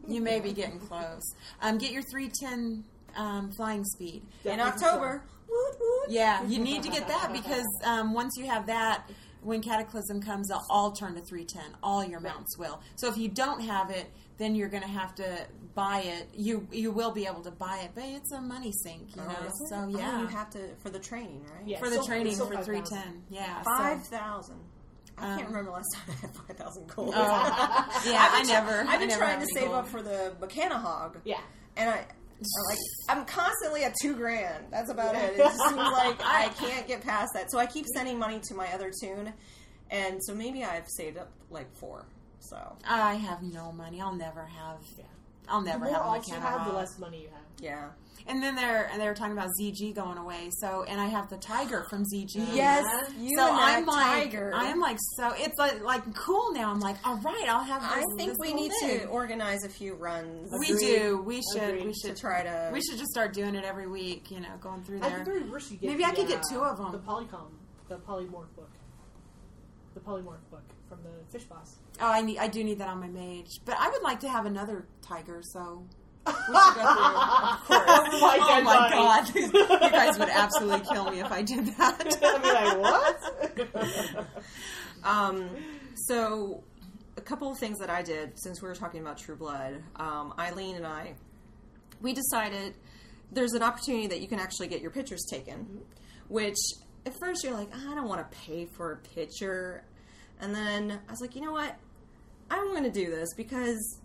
[SPEAKER 3] you may be getting close. Um, get your three ten um, flying speed.
[SPEAKER 2] in
[SPEAKER 4] Definitely
[SPEAKER 2] October. Woot, woot.
[SPEAKER 3] Yeah, you need to get that because um, once you have that, when Cataclysm comes, they'll all turn to 310. All your mounts will. So if you don't have it, then you're going to have to buy it. You you will be able to buy it, but it's a money sink, you know.
[SPEAKER 2] Is it?
[SPEAKER 3] So
[SPEAKER 2] Oh,
[SPEAKER 3] yeah,
[SPEAKER 2] you have to for the training, right?
[SPEAKER 4] Yeah.
[SPEAKER 3] for the
[SPEAKER 4] Still-
[SPEAKER 3] training
[SPEAKER 4] still
[SPEAKER 3] for
[SPEAKER 4] 5,000.
[SPEAKER 3] 310. Yeah, so- Um,
[SPEAKER 2] Five thousand. I can't remember last time I had five thousand gold.
[SPEAKER 3] Oh, yeah, I never.
[SPEAKER 2] I've
[SPEAKER 3] I
[SPEAKER 2] been
[SPEAKER 3] never
[SPEAKER 2] trying
[SPEAKER 3] have
[SPEAKER 2] to
[SPEAKER 3] any
[SPEAKER 2] save
[SPEAKER 3] gold.
[SPEAKER 2] up for the Mecanahog.
[SPEAKER 4] Yeah.
[SPEAKER 2] and I. I'm Like I'm constantly at two grand. That's about it. It just seems like I can't get past that. So I keep sending money to my other tune, and so maybe I've saved up like four. So
[SPEAKER 3] I have no money. I'll never have.
[SPEAKER 4] Yeah.
[SPEAKER 3] I'll never
[SPEAKER 4] The more
[SPEAKER 3] have a
[SPEAKER 4] alts you
[SPEAKER 3] mechanic.
[SPEAKER 4] have, the less money you have.
[SPEAKER 2] yeah,
[SPEAKER 3] And then they're and they're talking about ZG going away. So and I have the tiger from ZG.
[SPEAKER 2] Yes, you
[SPEAKER 3] so
[SPEAKER 2] and that
[SPEAKER 3] I'm like,
[SPEAKER 2] tiger.
[SPEAKER 3] I'm like so it's like, like cool now. I'm like, all right, I'll have.
[SPEAKER 2] I
[SPEAKER 3] This,
[SPEAKER 2] think
[SPEAKER 3] this
[SPEAKER 2] we
[SPEAKER 3] whole
[SPEAKER 2] need
[SPEAKER 3] thing.
[SPEAKER 2] to organize a few runs.
[SPEAKER 3] We do. We should.
[SPEAKER 4] Agreed.
[SPEAKER 3] We
[SPEAKER 2] to
[SPEAKER 3] should.
[SPEAKER 2] try to.
[SPEAKER 3] We should just start doing it every week. You know, going through
[SPEAKER 4] At the
[SPEAKER 3] there.
[SPEAKER 4] very worst, you get
[SPEAKER 3] Maybe I
[SPEAKER 4] the,
[SPEAKER 3] could get
[SPEAKER 4] uh,
[SPEAKER 3] two of 'em.
[SPEAKER 4] The polycom, the polymorph book, the polymorph book from the fish boss.
[SPEAKER 3] Oh, I need. I do need that on my mage. But I would like to have another tiger. So. We should go through, of course.
[SPEAKER 4] Oh my
[SPEAKER 3] oh
[SPEAKER 4] dead
[SPEAKER 3] my god!
[SPEAKER 4] body.
[SPEAKER 3] you guys would absolutely kill me if I did that.
[SPEAKER 4] I mean, like what?
[SPEAKER 2] Um, so, a couple of things that I did since we were talking about True Blood, um, Eileen and I, we decided there's an opportunity that you can actually get your pictures taken, which at first you're like, I don't want to pay for a picture. And then I was like, you know what? I'm going to do this because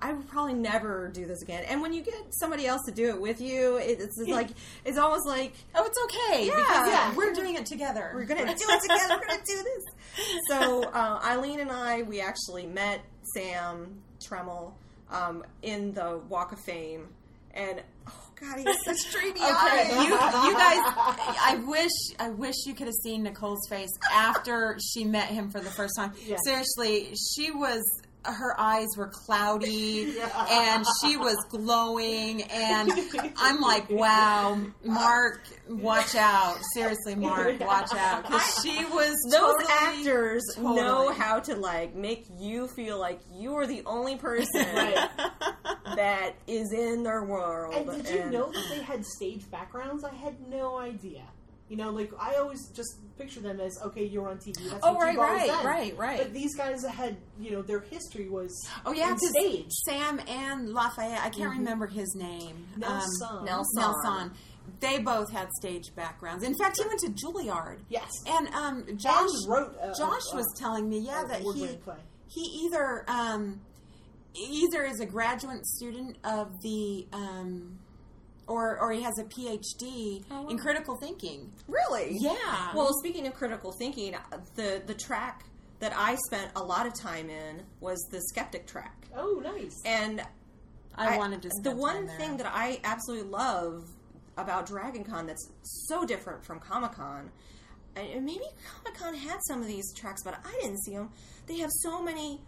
[SPEAKER 2] I would probably never do this again. And when you get somebody else to do it with you, it, it's, it's like, it's almost like,
[SPEAKER 3] Oh, it's okay.
[SPEAKER 2] Yeah.
[SPEAKER 3] because
[SPEAKER 2] Yeah.
[SPEAKER 3] we're doing it together.
[SPEAKER 2] we're gonna do it together. We're gonna do this. So uh, Eileen and I, we actually met Sam Tremmel um, in the Walk of Fame, and oh god, he has such dreamy
[SPEAKER 3] Okay, you,
[SPEAKER 2] eyes.
[SPEAKER 3] you guys, I wish, I wish you could have seen Nicole's face after she met him for the first time.
[SPEAKER 4] Yes.
[SPEAKER 3] Seriously, she was. Her eyes were cloudy, and she was glowing. And I'm like, "Wow, Mark, watch out! Seriously, Mark, watch out!" Because she was
[SPEAKER 2] Those
[SPEAKER 3] totally-
[SPEAKER 2] actors know
[SPEAKER 3] totally.
[SPEAKER 2] how to like make you feel like you are the only person
[SPEAKER 4] Right.
[SPEAKER 2] that is in their world.
[SPEAKER 4] And did you
[SPEAKER 2] and-
[SPEAKER 4] know that they had stage backgrounds? I had no idea. You know, like I always just picture them as okay, you're on TV. That's
[SPEAKER 2] Oh,
[SPEAKER 4] what
[SPEAKER 2] right,
[SPEAKER 4] you've always
[SPEAKER 2] right,
[SPEAKER 4] done.
[SPEAKER 2] right, right.
[SPEAKER 4] But these guys had, you know, their history was
[SPEAKER 3] Oh yeah,
[SPEAKER 4] in
[SPEAKER 3] 'cause
[SPEAKER 4] stage.
[SPEAKER 3] Sam and Lafayette. I can't remember his name.
[SPEAKER 4] Nelson.
[SPEAKER 2] Nelson.
[SPEAKER 3] um, Nelson. They both had stage backgrounds. In fact, he went to Juilliard.
[SPEAKER 4] Yes.
[SPEAKER 3] And um, Josh
[SPEAKER 4] wrote a-
[SPEAKER 3] Josh
[SPEAKER 4] a-
[SPEAKER 3] was telling me, yeah,
[SPEAKER 4] a
[SPEAKER 3] that he
[SPEAKER 4] Woodwind play.
[SPEAKER 3] he either um, either is a graduate student of the um, or or he has a PhD
[SPEAKER 2] Oh, wow.
[SPEAKER 3] in critical thinking. Um,
[SPEAKER 2] Really?
[SPEAKER 3] Yeah.
[SPEAKER 2] Well, speaking of critical thinking, the the track that I spent a lot of time in was the skeptic track,
[SPEAKER 4] Oh, nice.
[SPEAKER 2] and
[SPEAKER 3] I, wanted to. Spend
[SPEAKER 2] the one
[SPEAKER 3] time there.
[SPEAKER 2] thing that I absolutely love about Dragon Con that's so different from Comic Con, and maybe Comic Con had some of these tracks, but I didn't see them. They have so many,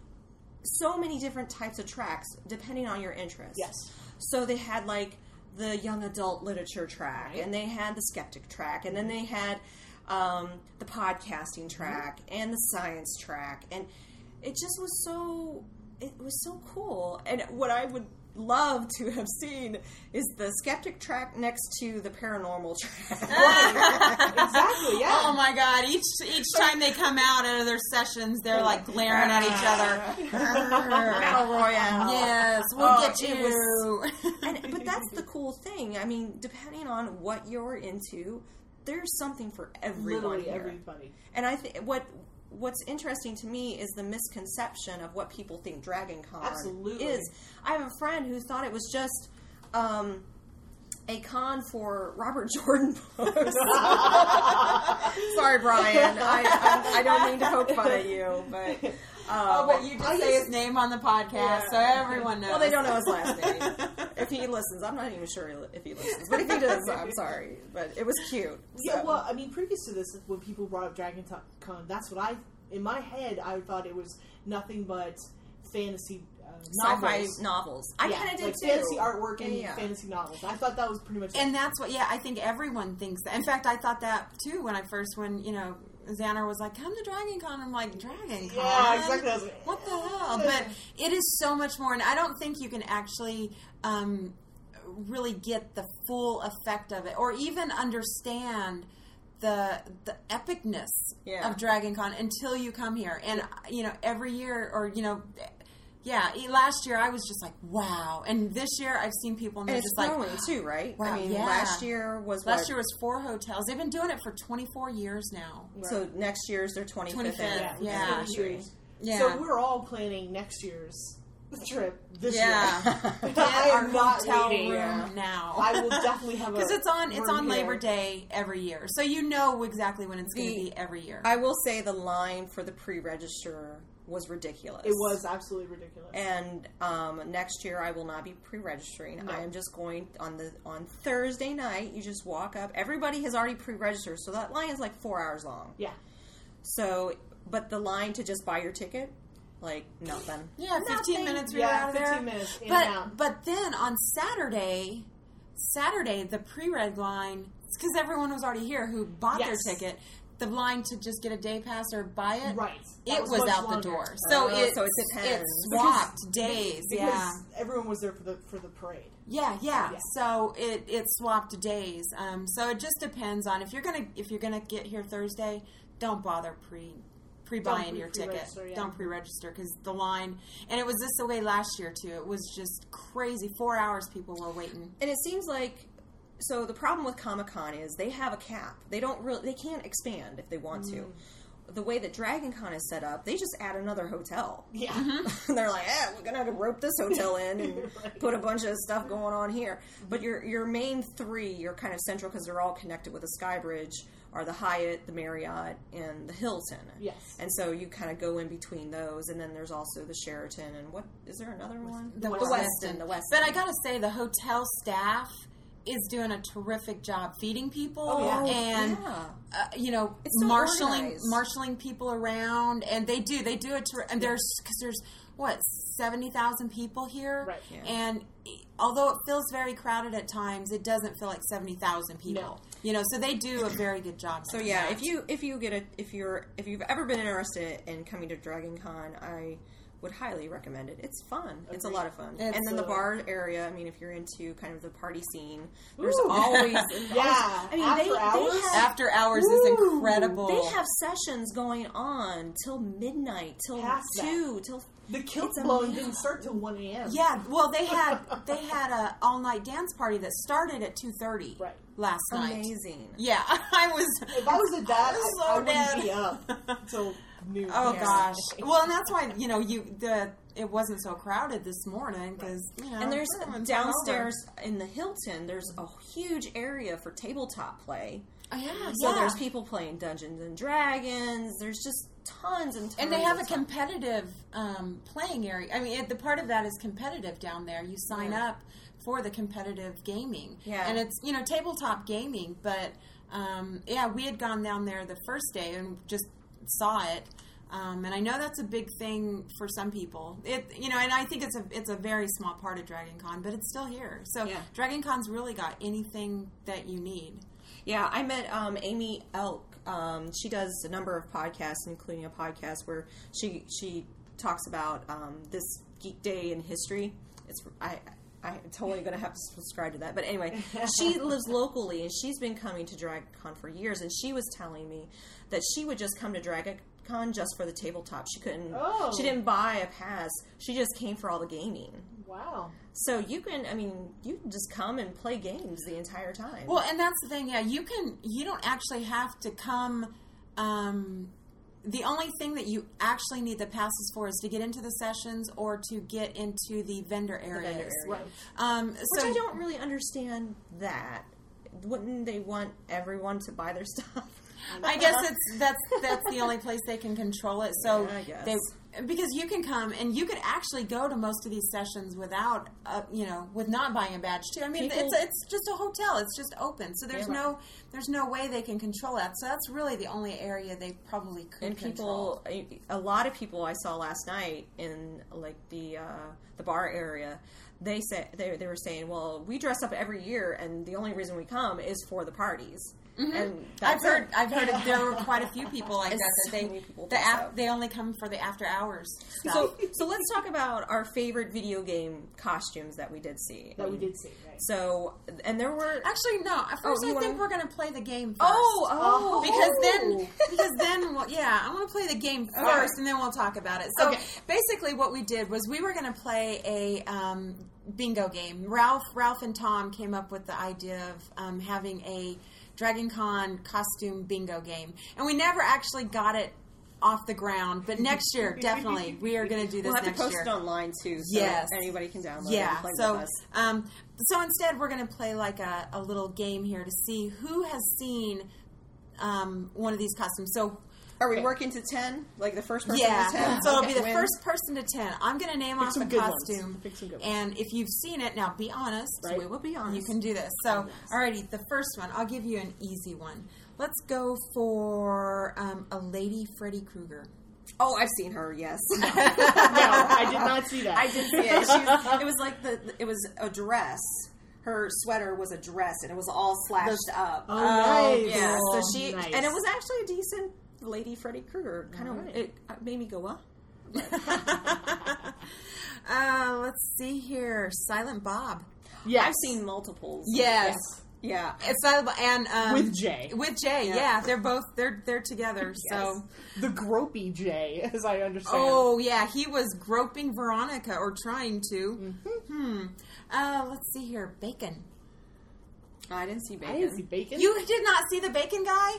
[SPEAKER 2] so many different types of tracks depending on your interest.
[SPEAKER 4] Yes.
[SPEAKER 2] So they had like the young adult literature track, and they had the skeptic track, and then they had um, the podcasting track and the science track, and it just was so it was so cool. And what I would love to have seen is the skeptic track next to the paranormal track.
[SPEAKER 4] exactly. Yeah.
[SPEAKER 3] Oh my God! Each each time they come out out of their sessions, they're like glaring at each other.
[SPEAKER 2] Battle Royale.
[SPEAKER 3] yes, we'll
[SPEAKER 2] Oh,
[SPEAKER 3] get
[SPEAKER 2] it
[SPEAKER 3] you.
[SPEAKER 2] was- and but that's the cool thing. I mean, depending on what you're into, there's something for everyone
[SPEAKER 4] Literally
[SPEAKER 2] here.
[SPEAKER 4] everybody.
[SPEAKER 2] And I think what what's interesting to me is the misconception of what people think Dragon Con
[SPEAKER 4] Absolutely.
[SPEAKER 2] is. I have a friend who thought it was just um, a con for Robert Jordan books. Sorry, Brian. I, I, I don't mean to poke fun at you, but um,
[SPEAKER 3] oh, but you just
[SPEAKER 4] I
[SPEAKER 3] say
[SPEAKER 4] just-
[SPEAKER 3] his name on the podcast,
[SPEAKER 4] Yeah.
[SPEAKER 3] so everyone knows.
[SPEAKER 2] well, they don't know his last name. If he listens, I'm not even sure if he listens, but if he does, I'm sorry. But it was cute.
[SPEAKER 4] Yeah,
[SPEAKER 2] so.
[SPEAKER 4] well, I mean, previous to this, when people brought up Dragon T- Con, that's what I, in my head, I thought it was nothing but fantasy uh,
[SPEAKER 2] sci-fi
[SPEAKER 4] novels.
[SPEAKER 2] novels. I
[SPEAKER 4] Yeah,
[SPEAKER 2] kind of did
[SPEAKER 4] like
[SPEAKER 2] too.
[SPEAKER 4] fantasy artwork and
[SPEAKER 2] Yeah.
[SPEAKER 4] fantasy novels. I thought that was pretty much.
[SPEAKER 3] And that's what, yeah, I think everyone thinks that. In fact, I thought that too when I first, when, you know, Xander was like, come to Dragon Con. I'm like, Dragon Con?
[SPEAKER 4] Yeah, exactly. I was like,
[SPEAKER 3] What the hell? But it is so much more, and I don't think you can actually um, really get the full effect of it or even understand. The, the epicness
[SPEAKER 2] Yeah.
[SPEAKER 3] of Dragon Con until you come here. And, you know, every year, or, you know, yeah, e- last year I was just like, wow. And this year I've seen people and
[SPEAKER 2] And
[SPEAKER 3] they're
[SPEAKER 2] it's
[SPEAKER 3] just like,
[SPEAKER 2] growing too, right?
[SPEAKER 3] Wow,
[SPEAKER 2] I mean,
[SPEAKER 3] yeah.
[SPEAKER 2] last year was
[SPEAKER 3] Last
[SPEAKER 2] what?
[SPEAKER 3] year was four hotels. They've been doing it for 24 years now.
[SPEAKER 2] so next year's their twenty fifth.
[SPEAKER 3] 25th, yeah. Yeah.
[SPEAKER 4] So we're all planning next year's trip this
[SPEAKER 3] Yeah.
[SPEAKER 4] year.
[SPEAKER 3] Get
[SPEAKER 4] I
[SPEAKER 3] our
[SPEAKER 4] am not
[SPEAKER 3] hotel
[SPEAKER 4] waiting.
[SPEAKER 3] room
[SPEAKER 2] yeah.
[SPEAKER 3] now.
[SPEAKER 4] I will definitely have a
[SPEAKER 3] because it's on it's
[SPEAKER 4] room
[SPEAKER 3] on
[SPEAKER 4] here.
[SPEAKER 3] Labor Day every year, so you know exactly when it's going to
[SPEAKER 2] The-
[SPEAKER 3] be every year.
[SPEAKER 2] I will say the line for the pre register was ridiculous.
[SPEAKER 4] It was absolutely ridiculous.
[SPEAKER 2] And um, next year, I will not be pre-registering. I am just going on the on Thursday night. You just walk up. Everybody has already pre-registered, so that line is like four hours long.
[SPEAKER 4] yeah.
[SPEAKER 2] So, but the line to just buy your ticket, like nothing.
[SPEAKER 3] yeah, 15
[SPEAKER 2] Nothing.
[SPEAKER 3] minutes. We were
[SPEAKER 4] Yeah,
[SPEAKER 3] out of there.
[SPEAKER 4] 15 minutes in
[SPEAKER 3] but
[SPEAKER 4] and out.
[SPEAKER 3] but then on Saturday, Saturday the pre-reg line because everyone was already here who bought
[SPEAKER 4] Yes.
[SPEAKER 3] their ticket. The line to just get a day pass or buy it,
[SPEAKER 4] Right. That
[SPEAKER 3] It
[SPEAKER 4] was
[SPEAKER 3] was,
[SPEAKER 4] much
[SPEAKER 3] out the
[SPEAKER 4] longer.
[SPEAKER 3] door, so
[SPEAKER 2] Oh,
[SPEAKER 3] it
[SPEAKER 2] so it depends.
[SPEAKER 3] it swapped days.
[SPEAKER 4] Because
[SPEAKER 3] yeah,
[SPEAKER 4] everyone was there for the for the parade.
[SPEAKER 3] Yeah, yeah.
[SPEAKER 4] Oh, Yeah.
[SPEAKER 3] So it it swapped days. Um, so it just depends on if you're gonna if you're gonna get here Thursday, don't bother pre pre buying
[SPEAKER 4] pre-
[SPEAKER 3] your ticket.
[SPEAKER 4] pre-register, yeah.
[SPEAKER 3] Don't pre register because the line and it was this the way last year too. It was just crazy. Four hours people were waiting.
[SPEAKER 2] And it seems like so the problem with Comic Con is they have a cap. They don't really they can't expand if they want
[SPEAKER 3] Mm.
[SPEAKER 2] to. The way that Dragon Con is set up, they just add another hotel.
[SPEAKER 4] Yeah.
[SPEAKER 3] Mm-hmm.
[SPEAKER 2] and they're like, eh, we're gonna rope this hotel in and put a bunch of stuff going on here. But your your main three, you're kind of central because they're all connected with a sky bridge, are the Hyatt, the Marriott, and the Hilton.
[SPEAKER 4] Yes.
[SPEAKER 2] And so you kind of go in between those, and then there's also the Sheraton, and what is there another one?
[SPEAKER 3] The,
[SPEAKER 2] Westin, The Westin.
[SPEAKER 3] But I gotta say, the hotel staff is doing a terrific job feeding people
[SPEAKER 2] Oh, yeah.
[SPEAKER 3] and
[SPEAKER 2] Yeah.
[SPEAKER 3] uh, you know
[SPEAKER 2] It's so
[SPEAKER 3] marshaling
[SPEAKER 2] organized.
[SPEAKER 3] marshaling people around, and they do they do it. Ter- and there's because there's what seventy thousand people here,
[SPEAKER 4] Right. Yeah.
[SPEAKER 3] and although it feels very crowded at times, it doesn't feel like seventy thousand people.
[SPEAKER 4] No.
[SPEAKER 3] You know, so they do a very good job.
[SPEAKER 2] So yeah, if you if you get a if you're if you've ever been interested in coming to Dragon Con, I would highly recommend it. It's fun. It's a lot of fun. and then the
[SPEAKER 4] Absolutely.
[SPEAKER 2] bar area, I mean if you're into kind of the party scene, there's
[SPEAKER 4] Ooh.
[SPEAKER 2] always
[SPEAKER 4] Yeah.
[SPEAKER 2] I mean,
[SPEAKER 4] After
[SPEAKER 2] they- they
[SPEAKER 4] hours.
[SPEAKER 2] have-
[SPEAKER 3] after hours is
[SPEAKER 4] Woo!
[SPEAKER 3] incredible.
[SPEAKER 2] they have sessions going on till midnight, till
[SPEAKER 4] Past that.
[SPEAKER 2] 2, till
[SPEAKER 4] The kilt
[SPEAKER 2] It's
[SPEAKER 4] blowing
[SPEAKER 2] amazing.
[SPEAKER 4] didn't start till one a.m.
[SPEAKER 3] Yeah, well, they had they had a all night dance party that started at two thirty.
[SPEAKER 4] Right.
[SPEAKER 3] last night.
[SPEAKER 2] Amazing.
[SPEAKER 3] Yeah, I was.
[SPEAKER 4] If I was at that,
[SPEAKER 3] I
[SPEAKER 4] I,
[SPEAKER 3] was
[SPEAKER 4] I
[SPEAKER 3] so
[SPEAKER 4] wouldn't
[SPEAKER 3] dead.
[SPEAKER 4] be up until noon.
[SPEAKER 3] Oh
[SPEAKER 2] Yeah.
[SPEAKER 3] gosh. Well, and that's why you know you the it wasn't so crowded this morning because you know
[SPEAKER 2] And there's
[SPEAKER 3] everyone's been over.
[SPEAKER 2] downstairs in the Hilton. There's a huge area for tabletop play.
[SPEAKER 3] Oh, yeah,
[SPEAKER 2] So
[SPEAKER 3] yeah.
[SPEAKER 2] there's people playing Dungeons and Dragons. There's just tons and tons.
[SPEAKER 3] and they have a
[SPEAKER 2] of stuff.
[SPEAKER 3] competitive um, playing area. I mean, it, the part of that is competitive down there. You sign
[SPEAKER 2] Yeah.
[SPEAKER 3] up for the competitive gaming,
[SPEAKER 2] Yeah.
[SPEAKER 3] and it's you know tabletop gaming. But um, yeah, we had gone down there the first day and just saw it. Um, and I know that's a big thing for some people. It you know, and I think it's a it's a very small part of Dragon Con, but it's still here. So
[SPEAKER 2] Yeah.
[SPEAKER 3] Dragon Con's really got anything that you need.
[SPEAKER 2] Yeah, I met um, Amy Elk. Um, she does a number of podcasts, including a podcast where she she talks about um, this geek day in history. It's I. I'm totally going to have to subscribe to that. But anyway, she lives locally and she's been coming to DragonCon for years. And she was telling me that she would just come to DragonCon just for the tabletop. She couldn't,
[SPEAKER 4] Oh.
[SPEAKER 2] she didn't buy a pass. She just came for all the gaming.
[SPEAKER 4] Wow.
[SPEAKER 2] So you can, I mean, you can just come and play games the entire time.
[SPEAKER 3] Well, and that's the thing. Yeah, you can. You don't actually have to come. Um, the only thing that you actually need the passes for is to get into the sessions or to get into the vendor areas.
[SPEAKER 2] vendor area.
[SPEAKER 4] Right.
[SPEAKER 3] Um,
[SPEAKER 2] Which
[SPEAKER 3] so
[SPEAKER 2] I don't really understand that. Wouldn't they want everyone to buy their stuff?
[SPEAKER 3] I guess it's that's that's the only place they can control it. So
[SPEAKER 2] Yeah, I guess.
[SPEAKER 3] they because you can come and you could actually go to most of these sessions without uh, you know with not buying a badge too. I mean
[SPEAKER 2] People-
[SPEAKER 3] it's it's just a hotel. It's just open. So there's
[SPEAKER 2] Yeah.
[SPEAKER 3] no there's no way they can control that. So that's really the only area they probably could
[SPEAKER 2] and
[SPEAKER 3] control.
[SPEAKER 2] people, a a lot of people I saw last night in like the uh, the bar area, they said they, they were saying, "Well, we dress up every year, and the only reason we come is for the parties." And
[SPEAKER 3] I've
[SPEAKER 2] that's
[SPEAKER 3] heard.
[SPEAKER 2] it.
[SPEAKER 3] I've heard of, there were quite a few people like that.
[SPEAKER 2] so
[SPEAKER 3] That they
[SPEAKER 2] many people
[SPEAKER 3] the
[SPEAKER 2] do
[SPEAKER 3] af-
[SPEAKER 2] so.
[SPEAKER 3] they only come for the after hours stuff.
[SPEAKER 2] So, so let's talk about our favorite video game costumes that we did see.
[SPEAKER 4] That we did see. Right.
[SPEAKER 2] So, and there were.
[SPEAKER 3] Actually, no. At first,
[SPEAKER 2] Oh, you
[SPEAKER 3] I
[SPEAKER 2] wanna-
[SPEAKER 3] think we're going to play the game. First.
[SPEAKER 2] Oh, oh,
[SPEAKER 3] because then
[SPEAKER 4] Oh.
[SPEAKER 3] because then we'll, yeah i want to play the game first and then we'll talk about it so
[SPEAKER 2] Okay.
[SPEAKER 3] basically what we did was we were going to play a um, bingo game ralph ralph and tom came up with the idea of um, having a dragon con costume bingo game and we never actually got it off the ground but next year definitely we are going to do this
[SPEAKER 2] We'll have to
[SPEAKER 3] next
[SPEAKER 2] post
[SPEAKER 3] year
[SPEAKER 2] it online too, so
[SPEAKER 3] Yes.
[SPEAKER 2] anybody can download it and
[SPEAKER 3] yeah.
[SPEAKER 2] play
[SPEAKER 3] So,
[SPEAKER 2] with us.
[SPEAKER 3] um, so instead, we're going to play like a, a little game here to see who has seen um, one of these costumes. So,
[SPEAKER 2] Are we working to ten? Like the first person to
[SPEAKER 3] yeah.
[SPEAKER 2] ten?
[SPEAKER 3] So it'll be the
[SPEAKER 2] wins?
[SPEAKER 3] first person to ten. I'm going to name off
[SPEAKER 4] some
[SPEAKER 3] a
[SPEAKER 4] good ones.
[SPEAKER 3] costume,
[SPEAKER 4] Pick some good ones.
[SPEAKER 3] and if you've seen it, now be honest.
[SPEAKER 2] Right. We will be honest.
[SPEAKER 3] You can do this. So, alrighty, the first one. I'll give you an easy one. Let's go for um, a lady Freddy Krueger.
[SPEAKER 2] Oh, I've seen her. Yes,
[SPEAKER 4] No, I did not see that.
[SPEAKER 2] I did see it. She was, it was like the. It was a dress. Her sweater was a dress, and it was all slashed up.
[SPEAKER 4] Oh, nice.
[SPEAKER 2] yeah.
[SPEAKER 3] cool.
[SPEAKER 2] So she
[SPEAKER 4] Nice.
[SPEAKER 2] and it was actually a decent Lady Freddy Krueger. Kind of it uh, made me go, "What?"
[SPEAKER 3] Uh, let's see here, Silent Bob.
[SPEAKER 4] Yes.
[SPEAKER 2] I've seen multiples.
[SPEAKER 3] Yes.
[SPEAKER 2] Yeah.
[SPEAKER 3] It's valuable and um,
[SPEAKER 4] With Jay.
[SPEAKER 3] With Jay, yeah.
[SPEAKER 2] Yeah.
[SPEAKER 3] they're both they're they're together. So
[SPEAKER 4] the gropey Jay, as I understand.
[SPEAKER 3] oh yeah, he was groping Veronica or trying to.
[SPEAKER 4] Mm-hmm.
[SPEAKER 3] Hmm. Uh, let's see here, bacon.
[SPEAKER 2] I didn't see
[SPEAKER 4] I
[SPEAKER 2] bacon.
[SPEAKER 4] didn't see bacon.
[SPEAKER 3] You did not see the bacon guy.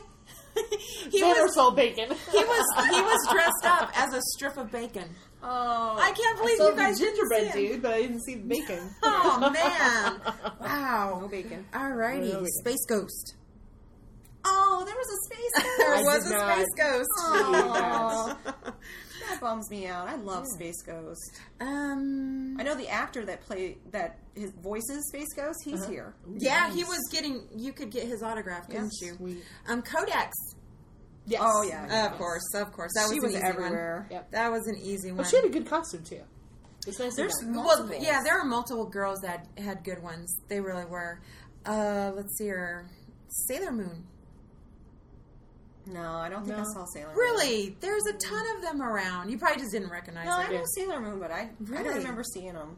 [SPEAKER 3] he
[SPEAKER 4] Never
[SPEAKER 3] was
[SPEAKER 4] saw bacon.
[SPEAKER 3] he was he was dressed up as a strip of bacon.
[SPEAKER 2] Oh,
[SPEAKER 3] I can't believe
[SPEAKER 4] saw
[SPEAKER 3] you guys
[SPEAKER 4] the
[SPEAKER 3] didn't
[SPEAKER 4] gingerbread
[SPEAKER 3] see him.
[SPEAKER 4] dude, but I didn't see the bacon.
[SPEAKER 3] Oh man! Wow.
[SPEAKER 2] no bacon.
[SPEAKER 3] Alrighty,
[SPEAKER 4] Really?
[SPEAKER 3] space ghost.
[SPEAKER 2] Oh, there was a space.
[SPEAKER 3] There
[SPEAKER 2] ghost.
[SPEAKER 4] I
[SPEAKER 3] was
[SPEAKER 4] did
[SPEAKER 3] a
[SPEAKER 4] not
[SPEAKER 3] space ghost.
[SPEAKER 2] Aw. that bums me out. I love Space Ghost.
[SPEAKER 3] um.
[SPEAKER 2] I know the actor that play that his voices Space Ghost. He's here.
[SPEAKER 3] Yeah, he was getting. You could get his autograph, couldn't
[SPEAKER 2] Yeah.
[SPEAKER 3] you?
[SPEAKER 4] Sweet.
[SPEAKER 3] Um, Kodak's, uh,
[SPEAKER 4] Yes.
[SPEAKER 2] Oh yeah,
[SPEAKER 3] of course, of course. That
[SPEAKER 2] she
[SPEAKER 3] was,
[SPEAKER 2] was
[SPEAKER 3] an easy
[SPEAKER 2] everywhere.
[SPEAKER 3] One.
[SPEAKER 4] Yep.
[SPEAKER 3] That was an easy one.
[SPEAKER 4] But she had a good costume too. It's nice.
[SPEAKER 2] There's
[SPEAKER 4] and
[SPEAKER 3] well,
[SPEAKER 2] multiple.
[SPEAKER 3] yeah, there were multiple girls that had good ones. They really were. Uh, let's see here, Sailor Moon.
[SPEAKER 2] No, I don't think I
[SPEAKER 4] No.
[SPEAKER 2] saw Sailor. Moon.
[SPEAKER 3] Really, there's a ton of them around. You probably just didn't recognize
[SPEAKER 2] No, I
[SPEAKER 3] them.
[SPEAKER 2] know Sailor Moon, but I I
[SPEAKER 3] Really?
[SPEAKER 2] don't remember seeing him.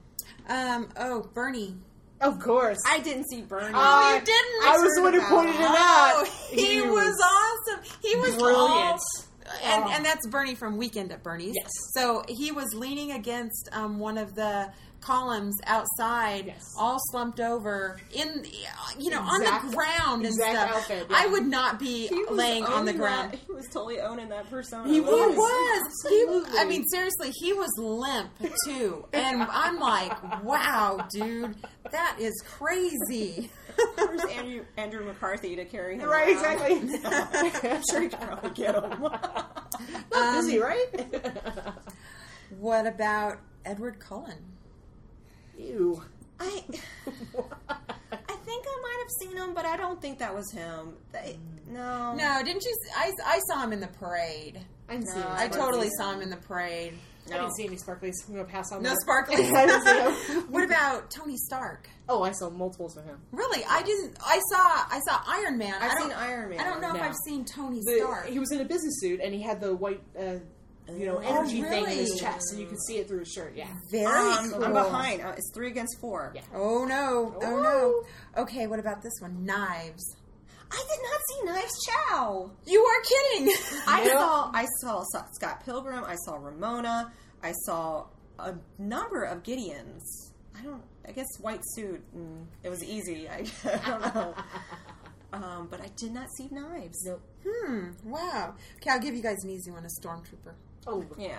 [SPEAKER 3] Um, oh, Bernie.
[SPEAKER 4] Of course.
[SPEAKER 2] I didn't see Bernie.
[SPEAKER 3] Oh, you
[SPEAKER 4] Uh, I-
[SPEAKER 3] didn't.
[SPEAKER 4] I was the one who
[SPEAKER 2] about
[SPEAKER 4] pointed it
[SPEAKER 2] him.
[SPEAKER 4] out.
[SPEAKER 3] Oh, he, was, awesome. He was
[SPEAKER 4] brilliant. Oh.
[SPEAKER 3] all- and, and that's Bernie from Weekend at Bernie's.
[SPEAKER 4] Yes.
[SPEAKER 3] So he was leaning against um, one of the columns outside,
[SPEAKER 4] Yes.
[SPEAKER 3] all slumped over in, you know, on
[SPEAKER 4] Exact-
[SPEAKER 3] the ground and
[SPEAKER 4] exact
[SPEAKER 3] stuff.
[SPEAKER 4] outfit, yeah.
[SPEAKER 3] I would not be
[SPEAKER 2] He was
[SPEAKER 3] laying on the
[SPEAKER 2] owning
[SPEAKER 3] ground.
[SPEAKER 2] that- he was totally owning that persona.
[SPEAKER 4] He
[SPEAKER 3] He
[SPEAKER 4] was.
[SPEAKER 3] was. He, I
[SPEAKER 4] Absolutely.
[SPEAKER 3] mean, seriously, he was limp too, and I'm like, wow, dude, that is crazy.
[SPEAKER 2] Where's Andrew, Andrew McCarthy to carry him?
[SPEAKER 4] Right,
[SPEAKER 2] around?
[SPEAKER 4] exactly.
[SPEAKER 2] Um, I'm sure he could probably get him.
[SPEAKER 3] Um,
[SPEAKER 4] Not busy, right?
[SPEAKER 3] What about Edward Cullen?
[SPEAKER 4] Ew.
[SPEAKER 2] I, I think I might have seen him, but I don't think that was him. They, no.
[SPEAKER 3] No, didn't you? s- I, I saw him in the parade.
[SPEAKER 4] I didn't see
[SPEAKER 2] No,
[SPEAKER 4] any
[SPEAKER 3] I
[SPEAKER 2] I
[SPEAKER 4] sparklies.
[SPEAKER 3] totally
[SPEAKER 2] see him.
[SPEAKER 3] saw him in the parade.
[SPEAKER 4] I didn't see any sparklies. I'm gonna pass on.
[SPEAKER 3] No
[SPEAKER 4] that.
[SPEAKER 3] sparkling.
[SPEAKER 4] I didn't see him.
[SPEAKER 3] what about Tony Stark?
[SPEAKER 4] Oh, I saw multiples of him.
[SPEAKER 3] Really, I didn't. I saw. I saw Iron Man.
[SPEAKER 2] I've
[SPEAKER 3] I don't-
[SPEAKER 2] seen Iron Man.
[SPEAKER 3] I don't know
[SPEAKER 4] No.
[SPEAKER 3] if I've seen Tony
[SPEAKER 4] The-
[SPEAKER 3] Stark.
[SPEAKER 4] he was in a business suit and he had the white, uh, you know, energy thing in his
[SPEAKER 3] Oh, really?
[SPEAKER 4] chest, and you could see it through his shirt. Yeah.
[SPEAKER 3] Very
[SPEAKER 2] Um,
[SPEAKER 3] cool.
[SPEAKER 2] I'm behind. Uh, It's three against four.
[SPEAKER 4] Yeah.
[SPEAKER 3] Oh no! Oh no! Okay, what about this one? Knives.
[SPEAKER 2] I did not see Knives Chow.
[SPEAKER 3] You are kidding.
[SPEAKER 2] I
[SPEAKER 4] Yep.
[SPEAKER 2] saw I saw S- Scott Pilgrim. I saw Ramona. I saw a number of Gideons. I don't. I guess white suit. And it was easy. I, I don't know. Um, but I did not see knives.
[SPEAKER 4] Nope.
[SPEAKER 3] hmm. Wow. Okay, I'll give you guys an easy one. A stormtrooper.
[SPEAKER 4] Oh,
[SPEAKER 2] Yeah.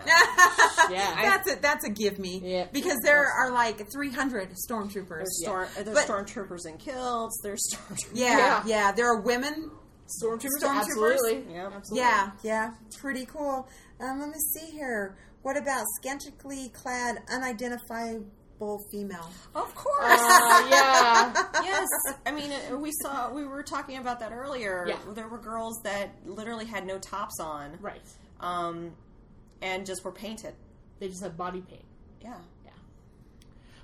[SPEAKER 4] Yeah, I-
[SPEAKER 3] that's a that's a give me.
[SPEAKER 4] Yeah.
[SPEAKER 3] Because there are like 300 stormtroopers.
[SPEAKER 2] There's, storm, there's
[SPEAKER 3] But-
[SPEAKER 2] stormtroopers in kilts. There's stormtroopers.
[SPEAKER 3] Yeah,
[SPEAKER 4] Yeah.
[SPEAKER 3] yeah. There are women.
[SPEAKER 4] stormtroopers,
[SPEAKER 3] Stormtroopers?
[SPEAKER 4] absolutely.
[SPEAKER 2] Yeah.
[SPEAKER 4] absolutely.
[SPEAKER 3] Yeah, yeah. Pretty cool. Um, let me see here. What about scantily clad, unidentifiable female?
[SPEAKER 2] Of course.
[SPEAKER 4] Uh, yeah.
[SPEAKER 2] yes. I mean, uh, we saw. We were talking about that earlier.
[SPEAKER 4] Yeah.
[SPEAKER 2] There were girls that literally had no tops on,
[SPEAKER 4] Right.
[SPEAKER 2] um, and just were painted.
[SPEAKER 4] They just have body paint.
[SPEAKER 2] Yeah.
[SPEAKER 4] Yeah.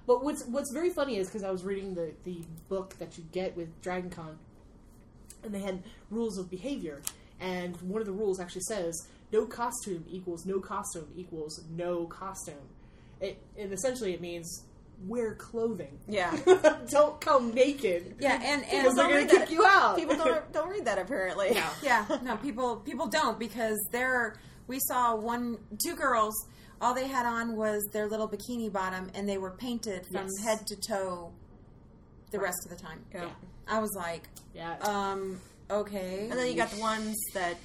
[SPEAKER 4] But what's what's very funny is because I was reading the the book that you get with Dragon Con, and they had rules of behavior, and one of the rules actually says no costume equals no costume equals no costume. It, and essentially it means wear clothing.
[SPEAKER 2] Yeah.
[SPEAKER 4] Don't come naked.
[SPEAKER 3] Yeah, and and
[SPEAKER 4] Because they're
[SPEAKER 2] don't
[SPEAKER 4] gonna
[SPEAKER 2] read
[SPEAKER 4] kick
[SPEAKER 2] that.
[SPEAKER 4] you out.
[SPEAKER 2] People don't don't read that apparently.
[SPEAKER 4] No.
[SPEAKER 3] yeah no people people don't because they're we saw one two girls all they had on was their little bikini bottom and they were painted from
[SPEAKER 4] Yes.
[SPEAKER 3] head to toe the rest of the time
[SPEAKER 2] Yeah.
[SPEAKER 3] i was like
[SPEAKER 4] Yeah.
[SPEAKER 3] um okay
[SPEAKER 2] And then you got the ones that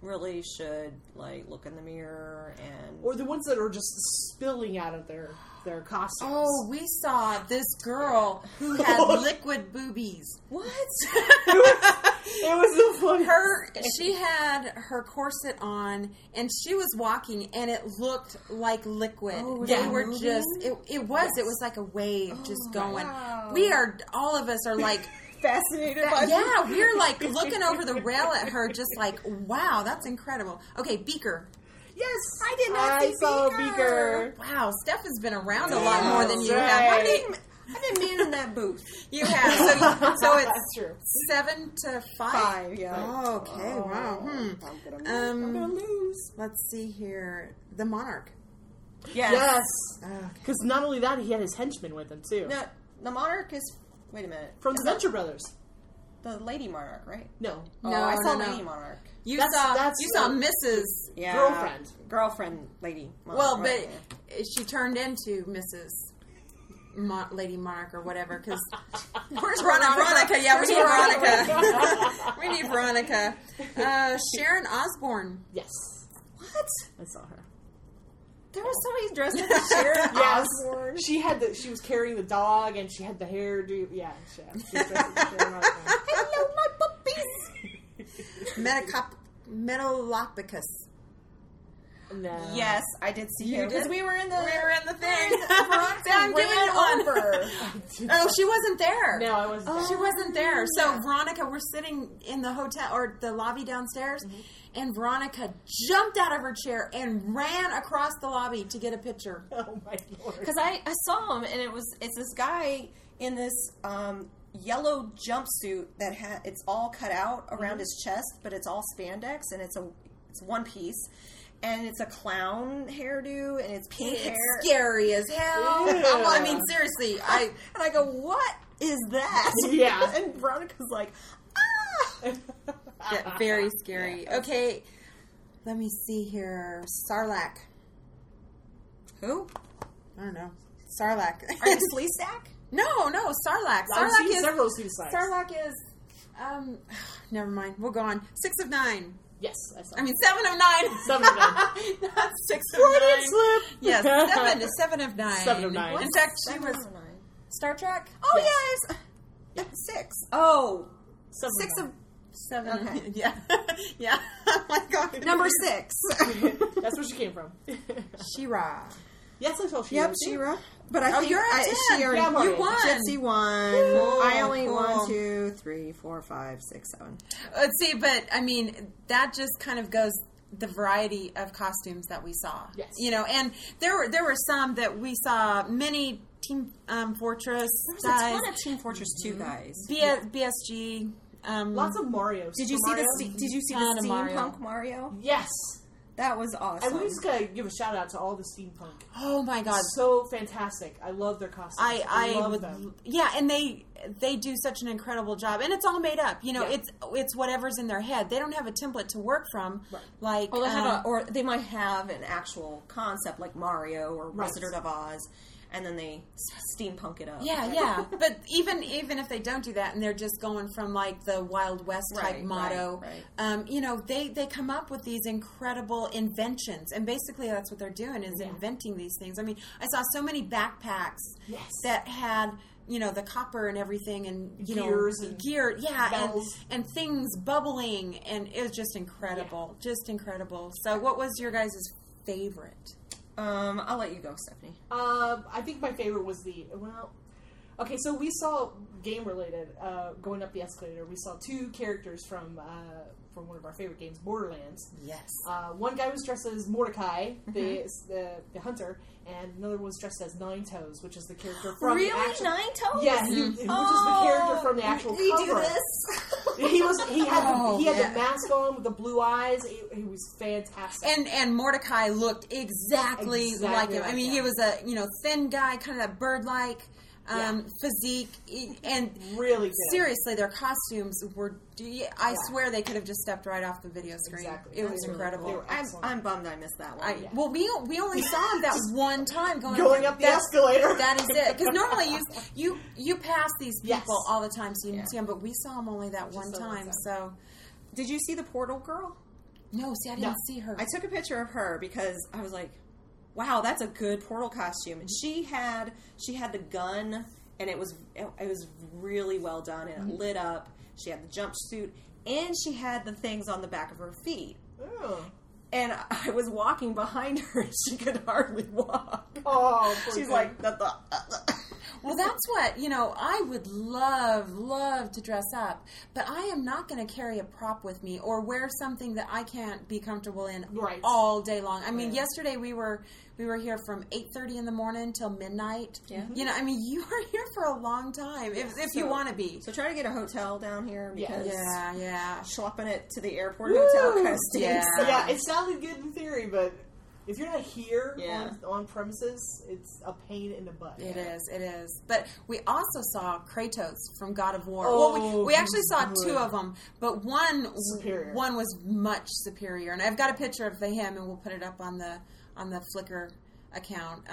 [SPEAKER 2] really should like look in the mirror and
[SPEAKER 4] or the ones that are just spilling out of their their costumes.
[SPEAKER 3] oh we saw this girl who had liquid boobies
[SPEAKER 2] what?
[SPEAKER 4] It was so funny.
[SPEAKER 3] her she had her corset on and she was walking and it looked like liquid
[SPEAKER 2] Oh, was
[SPEAKER 3] they
[SPEAKER 2] it
[SPEAKER 3] were
[SPEAKER 2] moving? Oh,
[SPEAKER 3] just it, it was it was like a wave just going
[SPEAKER 2] wow.
[SPEAKER 3] we are all of us are like
[SPEAKER 2] Fascinated by
[SPEAKER 3] yeah we're like looking over the rail at her just like wow that's incredible okay beaker
[SPEAKER 4] Yes,
[SPEAKER 2] I did not
[SPEAKER 4] I
[SPEAKER 2] see
[SPEAKER 4] saw
[SPEAKER 2] Beaker.
[SPEAKER 4] Beaker.
[SPEAKER 3] wow steph has been around a lot more than you
[SPEAKER 4] That's
[SPEAKER 3] have
[SPEAKER 2] I
[SPEAKER 4] right.
[SPEAKER 2] didn't. I didn't man in that booth.
[SPEAKER 3] you have so, so it's
[SPEAKER 4] That's true.
[SPEAKER 3] seven to five,
[SPEAKER 2] Five, yeah.
[SPEAKER 3] Oh, okay wow hmm.
[SPEAKER 2] I'm gonna, lose.
[SPEAKER 3] Um,
[SPEAKER 2] I'm gonna lose.
[SPEAKER 3] let's see here the monarch
[SPEAKER 2] Yes.
[SPEAKER 4] Yes,
[SPEAKER 3] okay.
[SPEAKER 4] because not only that, he had his henchmen with him too.
[SPEAKER 2] No, the monarch is. Wait a minute.
[SPEAKER 4] From
[SPEAKER 2] Is
[SPEAKER 4] the
[SPEAKER 2] that
[SPEAKER 4] Venture Brothers.
[SPEAKER 2] the lady monarch, right?
[SPEAKER 4] No,
[SPEAKER 3] No,
[SPEAKER 2] oh, I
[SPEAKER 3] no,
[SPEAKER 2] saw
[SPEAKER 3] no.
[SPEAKER 2] lady monarch.
[SPEAKER 3] You
[SPEAKER 4] That's-
[SPEAKER 3] saw
[SPEAKER 4] that's
[SPEAKER 3] you saw
[SPEAKER 4] the-
[SPEAKER 3] Mrs.
[SPEAKER 2] Yeah.
[SPEAKER 4] Girlfriend.
[SPEAKER 2] Girlfriend, lady. Monarch,
[SPEAKER 3] Well,
[SPEAKER 2] right,
[SPEAKER 3] but she turned into Mrs. Mon- Lady Monarch or whatever because
[SPEAKER 2] yeah. Where's
[SPEAKER 3] Veronica, yeah, we
[SPEAKER 2] Where's
[SPEAKER 3] need Veronica. we need Veronica. Uh, Sharon Osbourne.
[SPEAKER 4] yes,
[SPEAKER 2] What?
[SPEAKER 4] I saw her.
[SPEAKER 2] There was somebody dressed up as Sharon
[SPEAKER 4] Yes,
[SPEAKER 2] Osbourne.
[SPEAKER 4] she had the. She was carrying the dog, and she had the hairdo. Yeah, she, she was dressed as Sharon Osbourne.
[SPEAKER 2] Hello, my puppies.
[SPEAKER 3] Metacop- Metalopicus.
[SPEAKER 4] No.
[SPEAKER 2] Yes, I did see
[SPEAKER 3] You
[SPEAKER 2] him because
[SPEAKER 3] did?
[SPEAKER 2] we were in the.
[SPEAKER 3] We were in the thing.
[SPEAKER 2] Veronica
[SPEAKER 3] I'm doing
[SPEAKER 2] ran
[SPEAKER 3] it one.
[SPEAKER 2] over.
[SPEAKER 3] Oh, she wasn't there.
[SPEAKER 4] No, I wasn't.
[SPEAKER 3] Oh.
[SPEAKER 2] Oh.
[SPEAKER 3] She
[SPEAKER 4] there.
[SPEAKER 3] wasn't there. So Veronica, we're sitting in the hotel or the lobby downstairs,
[SPEAKER 2] Mm-hmm.
[SPEAKER 3] and Veronica jumped out of her chair and ran across the lobby to get a picture.
[SPEAKER 4] Oh my lord.
[SPEAKER 2] because I, I saw him and it was it's this guy in this um, yellow jumpsuit that ha- it's all cut out around his chest, but it's all spandex and it's a it's one piece and it's a clown hairdo and it's pink
[SPEAKER 3] It's
[SPEAKER 2] hair.
[SPEAKER 3] scary as hell.
[SPEAKER 4] Ew.
[SPEAKER 3] Well, I mean, seriously, I
[SPEAKER 2] And I go, what is that?
[SPEAKER 4] Yeah.
[SPEAKER 2] and Veronica's like, ah.
[SPEAKER 3] yeah, very scary. Okay, Let me see here. Sarlacc.
[SPEAKER 2] Who?
[SPEAKER 3] I don't know. Sarlacc.
[SPEAKER 2] Are you Flea Stack?
[SPEAKER 3] no, no, Sarlacc.
[SPEAKER 4] I've
[SPEAKER 3] Sarlacc
[SPEAKER 4] seen
[SPEAKER 3] is
[SPEAKER 4] several suicides.
[SPEAKER 3] Sarlacc is. Um, never mind. We're gone. Six of nine.
[SPEAKER 4] Yes, I saw.
[SPEAKER 3] I mean, seven of nine.
[SPEAKER 4] Seven of nine.
[SPEAKER 3] Not six of
[SPEAKER 4] Freudian
[SPEAKER 3] nine.
[SPEAKER 4] slip.
[SPEAKER 3] Yes, seven to seven of nine.
[SPEAKER 4] Seven of nine.
[SPEAKER 3] In fact, she
[SPEAKER 2] That
[SPEAKER 3] was
[SPEAKER 2] wasn't mine.
[SPEAKER 3] Star Trek.
[SPEAKER 2] Oh yeah, it's, it's six. Oh,
[SPEAKER 4] Seven
[SPEAKER 2] six of
[SPEAKER 3] Seven.
[SPEAKER 2] Okay.
[SPEAKER 3] Yeah. yeah. oh my god.
[SPEAKER 2] number six.
[SPEAKER 4] nine. That's where she came from.
[SPEAKER 3] Shira.
[SPEAKER 4] yes, I saw she.
[SPEAKER 2] yep,
[SPEAKER 4] was.
[SPEAKER 2] Shira. But I
[SPEAKER 3] Oh,
[SPEAKER 2] think
[SPEAKER 3] you're at
[SPEAKER 2] I,
[SPEAKER 3] 10.
[SPEAKER 2] she already
[SPEAKER 4] Yeah, I'm
[SPEAKER 3] You
[SPEAKER 4] already-
[SPEAKER 3] won.
[SPEAKER 2] Gypsy won.
[SPEAKER 3] Cool,
[SPEAKER 2] I only
[SPEAKER 3] cool.
[SPEAKER 2] one, two, three, four, five, six, seven.
[SPEAKER 3] Let's see, but I mean, that just kind of goes the variety of costumes that we saw.
[SPEAKER 4] Yes.
[SPEAKER 3] You know, and there were there were some that we saw many Team um, Fortress
[SPEAKER 2] There's a
[SPEAKER 3] guys,
[SPEAKER 2] ton of Team Fortress 2 guys.
[SPEAKER 3] B- BSG. Um,
[SPEAKER 4] Lots of Mario.
[SPEAKER 2] Did you see the
[SPEAKER 4] Mario?
[SPEAKER 2] ste- Did you see
[SPEAKER 3] Ton
[SPEAKER 2] the
[SPEAKER 3] of Mario.
[SPEAKER 2] steampunk Mario?
[SPEAKER 4] Yes.
[SPEAKER 2] That was
[SPEAKER 4] And
[SPEAKER 2] awesome.
[SPEAKER 4] we just gotta give a shout out to all the steampunk.
[SPEAKER 3] oh my god.
[SPEAKER 4] So fantastic! I love their costumes.
[SPEAKER 3] I, I,
[SPEAKER 4] love
[SPEAKER 3] would,
[SPEAKER 4] them.
[SPEAKER 3] yeah, and they they do such an incredible job, and it's all made up. You know,
[SPEAKER 4] Yeah.
[SPEAKER 3] it's it's whatever's in their head. They don't have a template to work from,
[SPEAKER 4] Right.
[SPEAKER 3] like
[SPEAKER 2] Well, they had
[SPEAKER 3] um,
[SPEAKER 2] a- or they might have an actual concept like Mario or
[SPEAKER 4] Right.
[SPEAKER 2] Wizard of Oz, and then they s- steampunk it up.
[SPEAKER 3] Yeah, yeah. But even even if they don't do that and they're just going from like the Wild West type
[SPEAKER 2] Right,
[SPEAKER 3] motto,
[SPEAKER 2] right, right.
[SPEAKER 3] Um, you know, they they come up with these incredible inventions, and basically that's what they're doing is inventing these things. I mean, I saw so many backpacks
[SPEAKER 4] Yes.
[SPEAKER 3] that had. You know the copper and everything, and you
[SPEAKER 4] Gears
[SPEAKER 3] know
[SPEAKER 4] and
[SPEAKER 3] gear, yeah, and,
[SPEAKER 4] bells.
[SPEAKER 3] and things bubbling, and it was just incredible, just incredible. So, what was your guys' favorite?
[SPEAKER 2] Um, I'll let you go, Stephanie.
[SPEAKER 4] Um, I think my favorite was the well. Okay, so we saw game related uh, going up the escalator. We saw two characters from uh, from one of our favorite games, Borderlands.
[SPEAKER 3] Yes,
[SPEAKER 4] Uh, one guy was dressed as Mordecai,
[SPEAKER 2] Mm-hmm.
[SPEAKER 4] the, the the hunter, and another was dressed as Nine Toes, which is the character from the
[SPEAKER 2] really,
[SPEAKER 4] actual.
[SPEAKER 2] Nine Toes?
[SPEAKER 4] Yeah, he, which is the character from the actual
[SPEAKER 2] We
[SPEAKER 4] cover.
[SPEAKER 2] do this.
[SPEAKER 4] He was he had
[SPEAKER 3] Oh,
[SPEAKER 4] the, he had
[SPEAKER 3] yeah.
[SPEAKER 4] the mask on with the blue eyes. He, he was fantastic.
[SPEAKER 3] and and Mordecai looked exactly,
[SPEAKER 4] Exactly
[SPEAKER 3] like him. I
[SPEAKER 4] like
[SPEAKER 3] mean, he
[SPEAKER 4] him.
[SPEAKER 3] was a you know thin guy, kind of that bird like um, physique, E- and
[SPEAKER 4] really good.
[SPEAKER 3] seriously, their costumes were. d- I
[SPEAKER 4] Yeah.
[SPEAKER 3] swear they could have just stepped right off the video screen.
[SPEAKER 4] Exactly.
[SPEAKER 3] It
[SPEAKER 4] They
[SPEAKER 3] was
[SPEAKER 4] were-
[SPEAKER 3] incredible.
[SPEAKER 4] they were
[SPEAKER 2] I'm,
[SPEAKER 4] excellent.
[SPEAKER 2] I'm bummed I missed that one.
[SPEAKER 3] I, Well, we we only saw him that one time going,
[SPEAKER 4] going up the
[SPEAKER 3] That's-
[SPEAKER 4] escalator.
[SPEAKER 3] That is it. Because normally you you you pass these people
[SPEAKER 4] Yes.
[SPEAKER 3] all the time, so you
[SPEAKER 2] Yeah.
[SPEAKER 3] can see them. But we saw him only that one
[SPEAKER 4] the one
[SPEAKER 3] time.
[SPEAKER 4] time.
[SPEAKER 3] So
[SPEAKER 2] Did you see the Portal Girl?
[SPEAKER 3] no, see, I didn't
[SPEAKER 4] No.
[SPEAKER 3] see her.
[SPEAKER 2] I took a picture of her because I was like, "Wow, that's a good Portal costume." And she had she had the gun, and it was it, it was really well done, and
[SPEAKER 4] Mm-hmm.
[SPEAKER 2] it lit up. She had the jumpsuit, and she had the things on the back of her feet.
[SPEAKER 4] Oh.
[SPEAKER 2] And I was walking behind her, and she could hardly walk.
[SPEAKER 4] Oh, poor
[SPEAKER 2] She's
[SPEAKER 4] thing.
[SPEAKER 2] like, "That the." uh, uh."
[SPEAKER 3] Well, that's what, you know, I would love, love to dress up, but I am not going to carry a prop with me or wear something that I can't be comfortable in
[SPEAKER 4] Right.
[SPEAKER 3] all day long. I mean, yesterday we were we were here from 8:30 in the morning till midnight.
[SPEAKER 2] Yeah.
[SPEAKER 3] You know, I mean, you were here for a long time if if you
[SPEAKER 2] So-
[SPEAKER 3] want to be.
[SPEAKER 2] So try to get a hotel down here
[SPEAKER 4] Yeah.
[SPEAKER 2] because
[SPEAKER 3] yeah, yeah.
[SPEAKER 2] schlepping it to the airport
[SPEAKER 4] Woo!
[SPEAKER 2] hotel kind of stinks.
[SPEAKER 3] Yeah.
[SPEAKER 4] yeah, it sounded good in theory, but if you're not here
[SPEAKER 2] Yeah.
[SPEAKER 4] on, on premises, it's a pain in the butt.
[SPEAKER 3] It is, it is. But we also saw Kratos from God of War.
[SPEAKER 4] Oh,
[SPEAKER 3] well, we, we actually saw
[SPEAKER 4] good.
[SPEAKER 3] two of them, but one
[SPEAKER 4] Superior.
[SPEAKER 3] one was much superior. And I've got a picture of the him, and we'll put it up on the on the Flickr account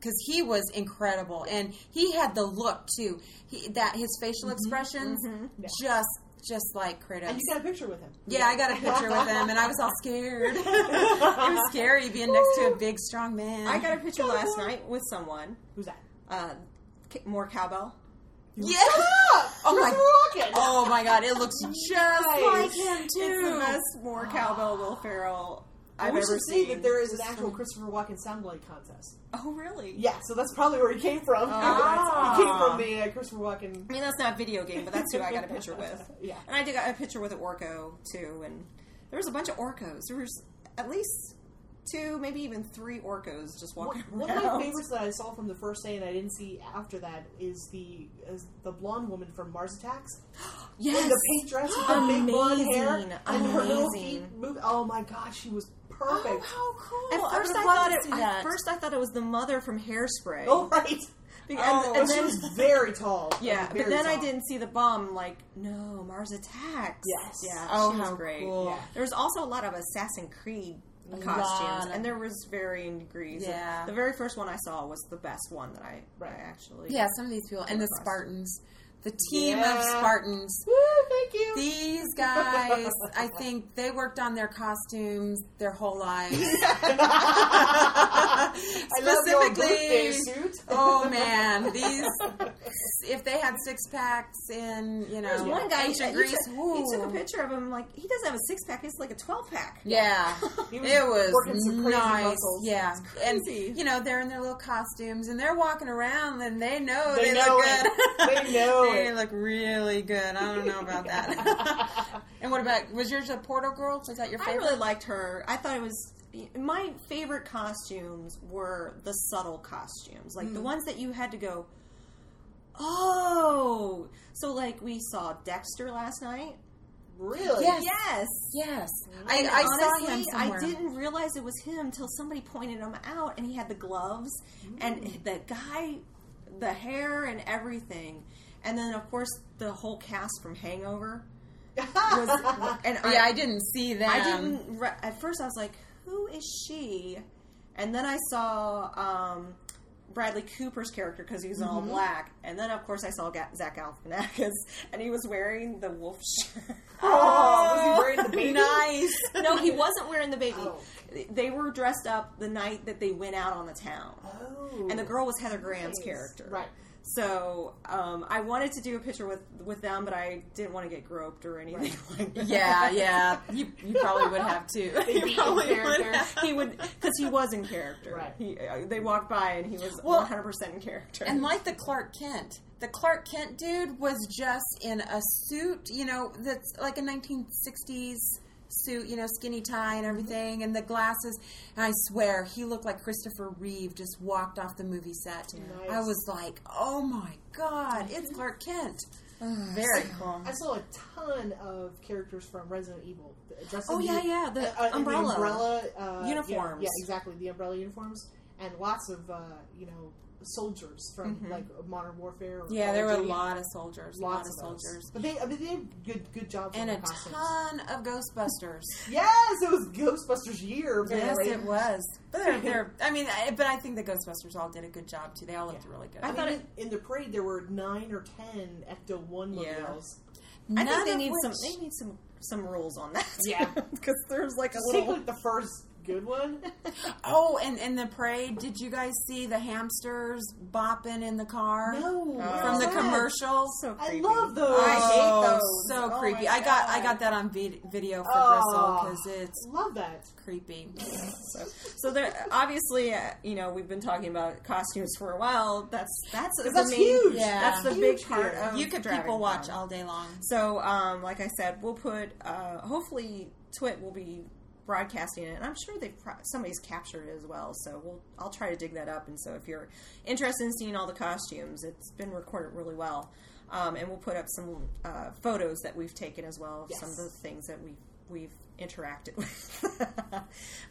[SPEAKER 3] because he was incredible, and he had the look too. He, that his facial expressions just just like Kratos.
[SPEAKER 4] Mm-hmm. And you got a picture with him.
[SPEAKER 3] Yeah, I got a picture with him, and I was all scared. it was scary being next to a big, strong man.
[SPEAKER 2] I got a picture last night with someone.
[SPEAKER 4] Who's that?
[SPEAKER 2] Uh, ca- more cowbell.
[SPEAKER 3] yeah.
[SPEAKER 4] Oh
[SPEAKER 3] my-
[SPEAKER 4] Rocket!
[SPEAKER 3] Oh my god, it looks just
[SPEAKER 4] Nice.
[SPEAKER 3] like him
[SPEAKER 2] It's the
[SPEAKER 3] too.
[SPEAKER 2] best more cowbell Will Ferrell
[SPEAKER 4] I
[SPEAKER 2] I've
[SPEAKER 4] wish
[SPEAKER 2] ever
[SPEAKER 4] to see
[SPEAKER 2] seen.
[SPEAKER 4] that there is an actual Christopher Walken soundbite contest.
[SPEAKER 2] oh, really?
[SPEAKER 4] Yeah, so that's probably where he came from.
[SPEAKER 3] Oh,
[SPEAKER 2] Ah.
[SPEAKER 4] he came from the uh, Christopher Walken.
[SPEAKER 2] I mean, that's not a video game, but that's who I got a picture with.
[SPEAKER 4] Yeah.
[SPEAKER 2] And I did got a picture with an orco too, and there was a bunch of orcos. There was at least two, maybe even three orcos just walking
[SPEAKER 4] One of
[SPEAKER 2] around.
[SPEAKER 4] my favorites that I saw from the first day and I didn't see after that is the is the blonde woman from Mars Attacks.
[SPEAKER 2] yes.
[SPEAKER 4] in the pink dress with her big blonde hair
[SPEAKER 2] Amazing.
[SPEAKER 4] and her little
[SPEAKER 2] Amazing.
[SPEAKER 4] feet move. Oh my god, she was perfect.
[SPEAKER 3] how cool!
[SPEAKER 2] At first, I,
[SPEAKER 3] would love
[SPEAKER 2] thought
[SPEAKER 3] to
[SPEAKER 2] it.
[SPEAKER 3] see
[SPEAKER 2] At
[SPEAKER 3] that.
[SPEAKER 2] first, I thought it was the mother from Hairspray.
[SPEAKER 4] Oh, right.
[SPEAKER 2] And,
[SPEAKER 3] Oh,
[SPEAKER 2] and
[SPEAKER 4] But she
[SPEAKER 2] then,
[SPEAKER 4] was very tall.
[SPEAKER 2] yeah,
[SPEAKER 4] Like,
[SPEAKER 2] but
[SPEAKER 4] very
[SPEAKER 2] then I
[SPEAKER 4] tall.
[SPEAKER 2] didn't see the bum. Like, no, Mars attacks.
[SPEAKER 4] Yes.
[SPEAKER 2] Yeah.
[SPEAKER 3] Oh,
[SPEAKER 2] she was
[SPEAKER 3] how
[SPEAKER 2] great.
[SPEAKER 3] cool.
[SPEAKER 4] Yeah.
[SPEAKER 2] There was also a lot of Assassin Creed
[SPEAKER 3] Lot
[SPEAKER 2] costumes,
[SPEAKER 3] of-
[SPEAKER 2] and there was varying degrees.
[SPEAKER 3] Yeah.
[SPEAKER 2] The very first one I saw was the best one that I, I
[SPEAKER 4] Right.
[SPEAKER 2] actually.
[SPEAKER 3] Yeah, some of these people and the
[SPEAKER 2] Across.
[SPEAKER 3] Spartans, the team of
[SPEAKER 4] Yeah.
[SPEAKER 3] Spartans.
[SPEAKER 4] Woo, thank you.
[SPEAKER 3] These guys, I think they worked on their costumes their whole lives.
[SPEAKER 4] I love your
[SPEAKER 3] Specifically,
[SPEAKER 4] birthday suit.
[SPEAKER 3] oh man, these if they had six packs in you know
[SPEAKER 2] There's one guy. He,
[SPEAKER 3] ancient
[SPEAKER 2] he
[SPEAKER 3] Greece,
[SPEAKER 2] took,
[SPEAKER 3] woo.
[SPEAKER 2] he took a picture of him. Like he doesn't have a six pack. It's like a twelve pack.
[SPEAKER 3] Yeah,
[SPEAKER 4] He
[SPEAKER 3] it was
[SPEAKER 4] working some crazy
[SPEAKER 3] nice.
[SPEAKER 4] muscles.
[SPEAKER 3] Yeah,
[SPEAKER 2] crazy.
[SPEAKER 3] and you know they're in their little costumes and they're walking around and they know
[SPEAKER 4] They
[SPEAKER 3] they,
[SPEAKER 4] know
[SPEAKER 3] look
[SPEAKER 4] it.
[SPEAKER 3] good.
[SPEAKER 4] They know
[SPEAKER 3] they
[SPEAKER 4] it.
[SPEAKER 3] look really good. I don't know about that. and what about was yours a Porto girl? Was that your
[SPEAKER 2] I
[SPEAKER 3] favorite?
[SPEAKER 2] really liked her. I thought it was my favorite costumes were the subtle costumes, like
[SPEAKER 3] Mm.
[SPEAKER 2] the ones that you had to go. Oh, so like we saw Dexter last night.
[SPEAKER 4] Really?
[SPEAKER 3] Yes.
[SPEAKER 2] Yes.
[SPEAKER 3] yes,
[SPEAKER 2] And
[SPEAKER 3] I, I saw him
[SPEAKER 2] honestly,
[SPEAKER 3] somewhere.
[SPEAKER 2] I didn't realize it was him until somebody pointed him out, and he had the gloves and
[SPEAKER 3] Mm.
[SPEAKER 2] the guy, the hair, and everything. And then, of course, the whole cast from Hangover was. and
[SPEAKER 3] Oh, Yeah, I didn't see them.
[SPEAKER 2] I didn't. Re- at first, I was like, "Who is she?" And then I saw um, Bradley Cooper's character because he was all
[SPEAKER 4] Mm-hmm.
[SPEAKER 2] black. And then, of course, I saw Ga- Zach Galifianakis, and he was wearing the wolf shirt.
[SPEAKER 4] Oh, was he wearing the baby?
[SPEAKER 3] Nice.
[SPEAKER 2] no, he wasn't wearing the baby.
[SPEAKER 4] Oh.
[SPEAKER 2] They were dressed up the night that they went out on the town.
[SPEAKER 4] Oh.
[SPEAKER 2] And the girl was Heather Graham's
[SPEAKER 4] Nice.
[SPEAKER 2] character.
[SPEAKER 4] Right.
[SPEAKER 2] So um, I wanted to do a picture with, with them, but I didn't want to get groped or anything like that.
[SPEAKER 3] Yeah, yeah. You, you probably would have too.
[SPEAKER 4] They
[SPEAKER 3] You
[SPEAKER 4] beat the
[SPEAKER 3] probably would
[SPEAKER 4] character.
[SPEAKER 3] have.
[SPEAKER 2] he would because he was in character.
[SPEAKER 4] Right.
[SPEAKER 2] He, uh, they walked by and he was
[SPEAKER 3] Well,
[SPEAKER 2] one hundred percent in character.
[SPEAKER 3] And like the Clark Kent, the Clark Kent dude was just in a suit, you know, that's like a 1960s suit, you know, skinny tie and everything, and the glasses. And I swear, he looked like Christopher Reeve just walked off the movie set.
[SPEAKER 4] Nice.
[SPEAKER 3] I was like, oh my god, it's Clark Kent. Very cool.
[SPEAKER 4] I saw a ton of characters from Resident Evil. uh, Dressed
[SPEAKER 2] Oh,
[SPEAKER 4] in
[SPEAKER 2] yeah, yeah, the
[SPEAKER 4] in
[SPEAKER 2] umbrella.
[SPEAKER 4] umbrella, uh,
[SPEAKER 2] Uniforms.
[SPEAKER 4] Yeah, yeah, exactly. The umbrella uniforms and lots of uh, you know soldiers from like Modern Warfare. Or
[SPEAKER 3] Mm-hmm. Yeah, there
[SPEAKER 4] Call
[SPEAKER 3] were
[SPEAKER 4] of
[SPEAKER 3] a
[SPEAKER 4] Duty.
[SPEAKER 3] lot of soldiers. a lot
[SPEAKER 4] lots
[SPEAKER 3] of
[SPEAKER 4] of those.
[SPEAKER 3] soldiers.
[SPEAKER 4] But they, I mean, they did good, good jobs
[SPEAKER 3] And
[SPEAKER 4] on
[SPEAKER 3] a
[SPEAKER 4] their costumes.
[SPEAKER 3] ton of Ghostbusters.
[SPEAKER 4] Yes, it was Ghostbusters year.
[SPEAKER 3] Yes,
[SPEAKER 4] apparently.
[SPEAKER 3] it was. But they're, they're, I mean, I, but I think the Ghostbusters all did a good job too. They all looked
[SPEAKER 4] Yeah.
[SPEAKER 3] really good.
[SPEAKER 2] I
[SPEAKER 4] I
[SPEAKER 2] thought
[SPEAKER 4] mean,
[SPEAKER 2] it-
[SPEAKER 4] in, in the parade there were nine or ten Ecto One
[SPEAKER 2] Yeah.
[SPEAKER 4] mobiles.
[SPEAKER 2] I think
[SPEAKER 3] None
[SPEAKER 2] they
[SPEAKER 3] of
[SPEAKER 2] need some.
[SPEAKER 3] which-
[SPEAKER 2] They need some some rules on that.
[SPEAKER 4] Yeah.
[SPEAKER 2] because there's like a
[SPEAKER 4] Just take
[SPEAKER 2] little.
[SPEAKER 4] like the first good one.
[SPEAKER 3] Oh, and in the parade, did you guys see the hamsters bopping in the car
[SPEAKER 4] no,
[SPEAKER 3] Uh, from the
[SPEAKER 4] yes.
[SPEAKER 3] commercials?
[SPEAKER 2] so
[SPEAKER 4] I
[SPEAKER 2] creepy.
[SPEAKER 4] love those.
[SPEAKER 2] I
[SPEAKER 3] Oh,
[SPEAKER 2] hate those.
[SPEAKER 3] So
[SPEAKER 2] Oh
[SPEAKER 3] creepy.
[SPEAKER 2] my
[SPEAKER 3] I got I
[SPEAKER 2] God.
[SPEAKER 3] got that on vid- video for
[SPEAKER 4] Oh.
[SPEAKER 3] Bristol because it's
[SPEAKER 4] Love that.
[SPEAKER 3] creepy.
[SPEAKER 2] So, so there, obviously, uh, you know, we've been talking about costumes for a while. That's that's the
[SPEAKER 4] that's
[SPEAKER 2] main,
[SPEAKER 4] huge.
[SPEAKER 3] Yeah.
[SPEAKER 2] That's the
[SPEAKER 4] Huge
[SPEAKER 2] big part.
[SPEAKER 4] here.
[SPEAKER 2] Of
[SPEAKER 3] you could
[SPEAKER 2] Dragon
[SPEAKER 3] people watch
[SPEAKER 2] Con.
[SPEAKER 3] all day long.
[SPEAKER 2] So, um, like I said, we'll put. Uh, hopefully, Twit will be broadcasting it, and I'm sure they've pro- somebody's captured it as well. So, we'll I'll try to dig that up. And so, if you're interested in seeing all the costumes, it's been recorded really well, um, and we'll put up some uh, photos that we've taken as well of some of
[SPEAKER 4] Yes.
[SPEAKER 2] the things that we we've interacted with.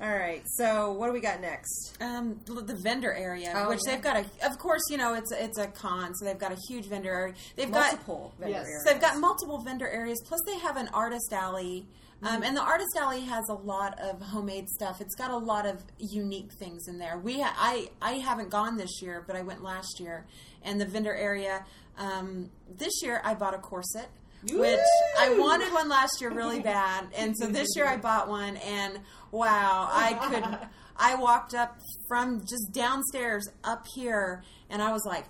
[SPEAKER 2] all right. So, what do we got next?
[SPEAKER 3] Um, the the vendor area,
[SPEAKER 2] Oh,
[SPEAKER 3] which
[SPEAKER 2] yeah.
[SPEAKER 3] they've got a. Of course, you know it's it's a con, so they've got a huge vendor area. They've got
[SPEAKER 2] Multiple vendor
[SPEAKER 4] yes.
[SPEAKER 2] areas.
[SPEAKER 3] So they've got multiple vendor areas. Plus, they have an artist alley.
[SPEAKER 4] Mm-hmm.
[SPEAKER 3] Um, and the artist alley has a lot of homemade stuff. It's got a lot of unique things in there. We I I haven't gone this year, but I went last year. And the vendor area um, this year, I bought a corset, which I
[SPEAKER 4] Woo!
[SPEAKER 3] wanted one last year really bad. And so this year, I bought one, and wow, I could. I walked up from just downstairs up here, and I was like,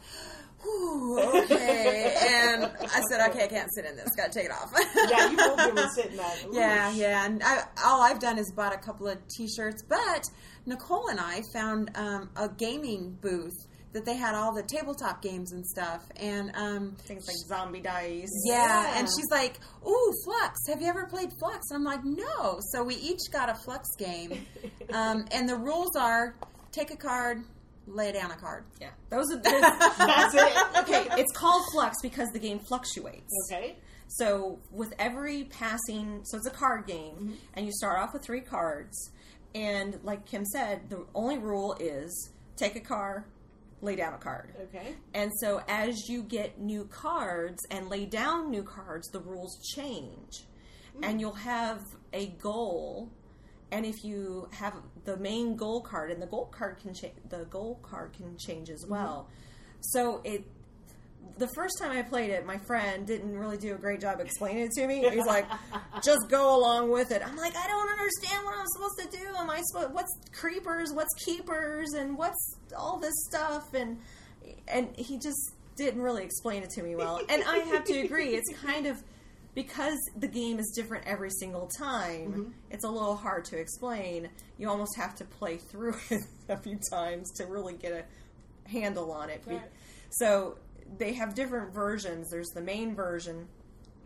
[SPEAKER 3] "Whew, okay." and I said, "Okay, I can't sit in this. Got to take it off."
[SPEAKER 4] Yeah, you won't be able to sit in that. Ooh.
[SPEAKER 3] yeah, yeah. And I, all I've done is bought a couple of T-shirts, but Nicole and I found um, a gaming booth that they had all the tabletop games and stuff, and um,
[SPEAKER 2] things like zombie dice.
[SPEAKER 3] yeah.
[SPEAKER 4] Yeah.
[SPEAKER 3] And she's like, Ooh, Flux, have you ever played Flux? And I'm like, No. So we each got a Flux game. um, and the rules are take a card, lay down a card.
[SPEAKER 2] Yeah. Those are those,
[SPEAKER 4] That's it.
[SPEAKER 2] okay, it's called flux because the game fluctuates.
[SPEAKER 4] Okay.
[SPEAKER 2] So with every passing, so it's a card game,
[SPEAKER 4] Mm-hmm.
[SPEAKER 2] and you start off with three cards. And like Kim said, the only rule is take a car, lay down a card.
[SPEAKER 4] Okay.
[SPEAKER 2] And so as you get new cards and lay down new cards, the rules change.
[SPEAKER 4] Mm-hmm.
[SPEAKER 2] And you'll have a goal. And if you have the main goal card, and the goal card can cha- the goal card can change as well. So it the first time I played it, my friend didn't really do a great job explaining it to me. He's like, "Just go along with it." I'm like, "I don't understand what I'm supposed to do. Am I supposed what's creepers, what's keepers, and what's all this stuff?" And and he just didn't really explain it to me well. And I have to agree, it's kind of because the game is different every single time.
[SPEAKER 3] Mm-hmm.
[SPEAKER 2] It's a little hard to explain. You almost have to play through it a few times to really get a handle on it. Be-
[SPEAKER 4] Right.
[SPEAKER 2] so they have different versions. There's the main version,